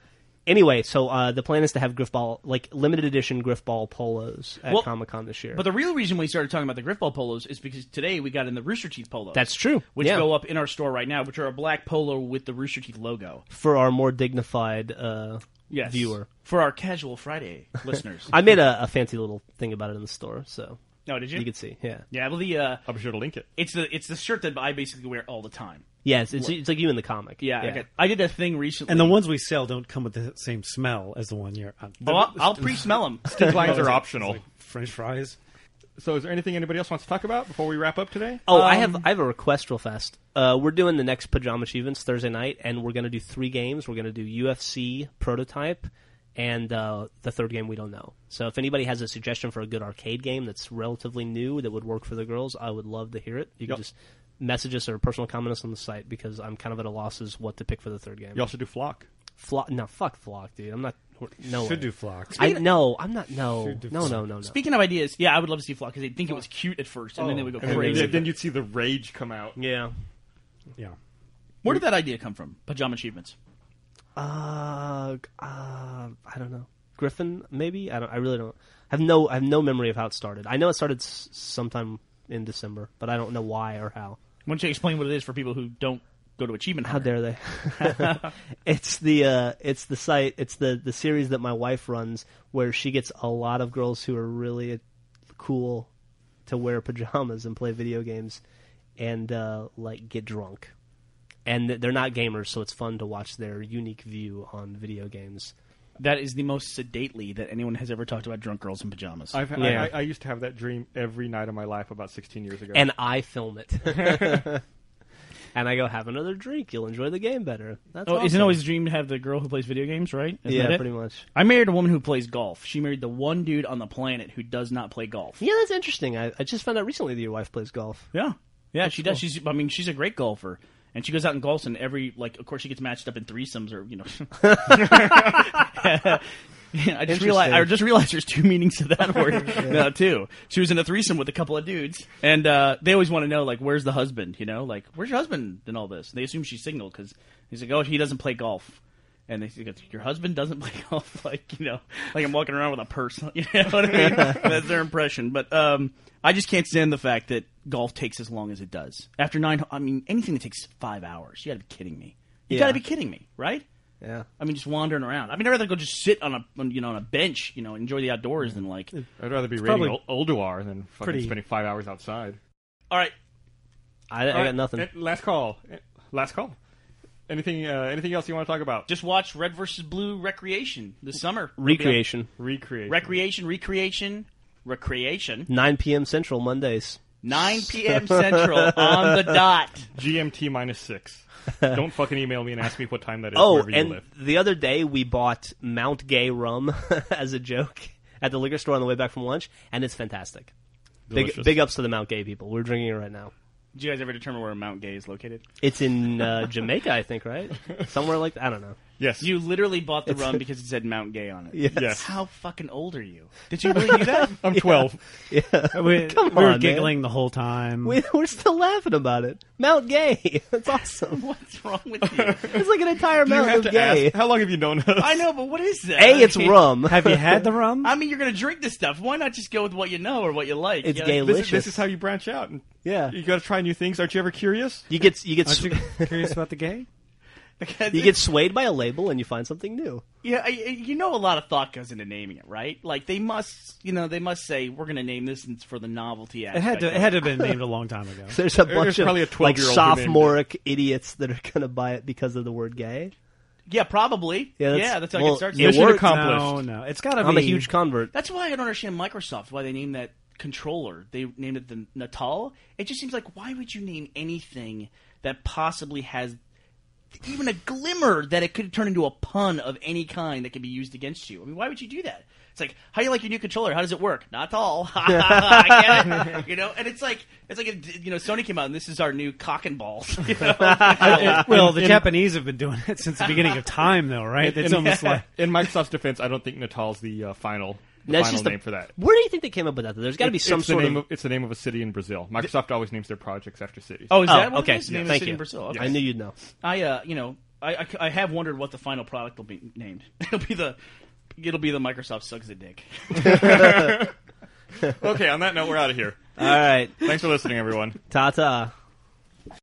anyway, so uh, the plan is to have Griffball like limited edition Griffball polos at Well, Comic Con this year. But the real reason we started talking about the Griffball polos is because today we got in the Rooster Teeth polos. That's true. Which Yeah. go up in our store right now, which are a black polo with the Rooster Teeth logo. for our more dignified uh, viewer. For our (laughs) casual Friday listeners. I made a, a fancy little thing about it in the store, so no, did you? you could see. Yeah, yeah, well, the uh, I'll be sure to link it. it's the it's the shirt that I basically wear all the time. yeah. It's, it's, it's like you in the comic. Yeah, I, got, I did a thing recently. And the ones we sell don't come with the same smell as the one you're uh, on. oh, I'll, (laughs) I'll pre-smell them. Lines are optional. French fries. So, is there anything anybody else wants to talk about before we wrap up today? Oh, I have Um, I have a request real fast. Uh, we're doing the next Pajama Achievements Thursday night, and we're going to do three games. We're going to do UFC prototype, and uh, the third game we don't know. So if anybody has a suggestion for a good arcade game that's relatively new that would work for the girls, I would love to hear it. You can Yep. just message us or personal comment us on the site because I'm kind of at a loss as what to pick for the third game. You also do Flock. Flo- no, fuck Flock, dude. I'm not. No Should way. do flocks. I no, I'm not. No, do no, no, no, no. Speaking of ideas, yeah, I would love to see Flock because they'd think it was cute at first, and then they would go And then- crazy. then you'd see the rage come out. Yeah. Yeah. Where did that idea come from? Pajama achievements. Uh, g- uh, I don't know. Griffin, maybe. I don't. I really don't. I have no. I have no memory of how it started. I know it started s- sometime in December, but I don't know why or how. Why don't you explain what it is for people who don't go to Achievement How Hunter? dare they? (laughs) it's the uh, it's the site. It's the the series that my wife runs, where she gets a lot of girls who are really cool to wear pajamas and play video games, and uh, like get drunk. And they're not gamers, so it's fun to watch their unique view on video games. That is the most sedately that anyone has ever talked about drunk girls in pajamas. I've, Yeah. I, I, I used to have that dream every night of my life about 16 years ago. And I film it. (laughs) and I go, have another drink. You'll enjoy the game better. That's oh, isn't awesome. it always a dream to have the girl who plays video games, right? Isn't yeah, that it? pretty much. I married a woman who plays golf. She married the one dude on the planet who does not play golf. Yeah, that's interesting. I, I just found out recently that your wife plays golf. Yeah, yeah, she does. She's, I mean, she's a great golfer, and she goes out and golfs. And every, like, of course, she gets matched up in threesomes, or you know. (laughs) Yeah, I just realized. I just realized there's two meanings to that word now too. She was in a threesome with a couple of dudes, and uh, they always want to know like, where's the husband? You know, like, where's your husband in all this? They assume she's single because he's like, oh, he doesn't play golf. And they think your husband doesn't (laughs) play golf, like you know, like I'm walking around with a purse. (laughs) You know what I mean? That's their impression. But um, I just can't stand the fact that golf takes as long as it does. After nine, I mean, anything that takes five hours, you got to be kidding me. You Yeah. got to be kidding me, right? Yeah. I mean, just wandering around. I mean, I'd rather go just sit on a on, you know on a bench, you know, enjoy the outdoors than like. I'd rather be raiding probably Ol- Olduar than fucking pretty- spending five hours outside. All right, I, I got nothing. Eh, Last call. Eh, Last call. Anything? Uh, anything else you want to talk about? just watch Red versus Blue Recreation this summer. Recreation. recreate. recreation, recreation, recreation. 9 p.m. Central Mondays. 9 p.m. Central on the dot. GMT minus (laughs) six. Don't fucking email me and ask me what time that is Oh, wherever you and live. the other day we bought Mount Gay rum (laughs) as a joke at the liquor store on the way back from lunch, and it's fantastic. Big, Delicious. big ups to the Mount Gay people. We're drinking it right now. Did you guys ever determine where Mount Gay is located? It's (laughs) in uh, Jamaica, I think, right? Somewhere like that. I don't know. Yes. You literally bought the rum because it said Mount Gay on it. Yes. Yes. How fucking old are you? Did you really (laughs) do that? I'm 12. We, Come we on, were man. giggling the whole time. We, we're still laughing about it. Mount Gay. (laughs) That's awesome. What's wrong with you? It's like an entire You mountain have of to gay. ask. How long have you known us? I know, but what is that? A, it's I mean- rum. (laughs) Have you had the (laughs) rum? I mean, you're gonna drink this stuff. Why not just go with what you know or what you like? It's you know? This, gay (laughs) is- (laughs) delicious. this is how you branch out. and Yeah. You got to try new things. Aren't you ever curious? You get you get Aren't sw- you curious about the gay? you get swayed by a label and you find something new. Yeah, I, I- you know, a lot of thought goes into naming it, right? Like they must, you know, they must say we're going to name this and it's for the novelty aspect. It had to. of It had to have been named a long (laughs) time ago. There's a There's bunch probably a of like 12-year-old who named it. sophomoric idiots that are going to buy it because of the word gay. Yeah, probably. Yeah, Yeah, that's- that's, how well, it starts. it Mission worked. accomplished. No, no, it's got to be. I'm a huge convert. That's why I don't understand Microsoft why they named that controller. They named it the Natal. It just seems like why would you name anything that possibly has even a glimmer that it could turn into a pun of any kind that could be used against you? I mean, why would you do that? It's like, how do you like your new controller? How does it work? Not all. (laughs) I get it. You know, and it's like it's like it- you know, Sony came out and this is our new cock and balls. (laughs) You (laughs) know? (laughs) Well, the Japanese have been doing it since the beginning of time, though, (laughs) right? It's in, almost like in Microsoft's defense, I don't think Natal's the uh, final the That's final just the- name for that. Where do you think they came up with that? There's got to be It's- some it's the sort name of. It's the name of a city in Brazil. Microsoft always names their projects after cities. oh, is Oh, that what okay. It is? Name of Thank city you. in Brazil. Okay. I knew (laughs) you'd know. I, uh, you know, I, I, I have wondered what the final product will be named. (laughs) It'll be the, it'll be the Microsoft sucks a dick. okay. On that note, we're out of here. All right, Thanks for listening, everyone. ta ta.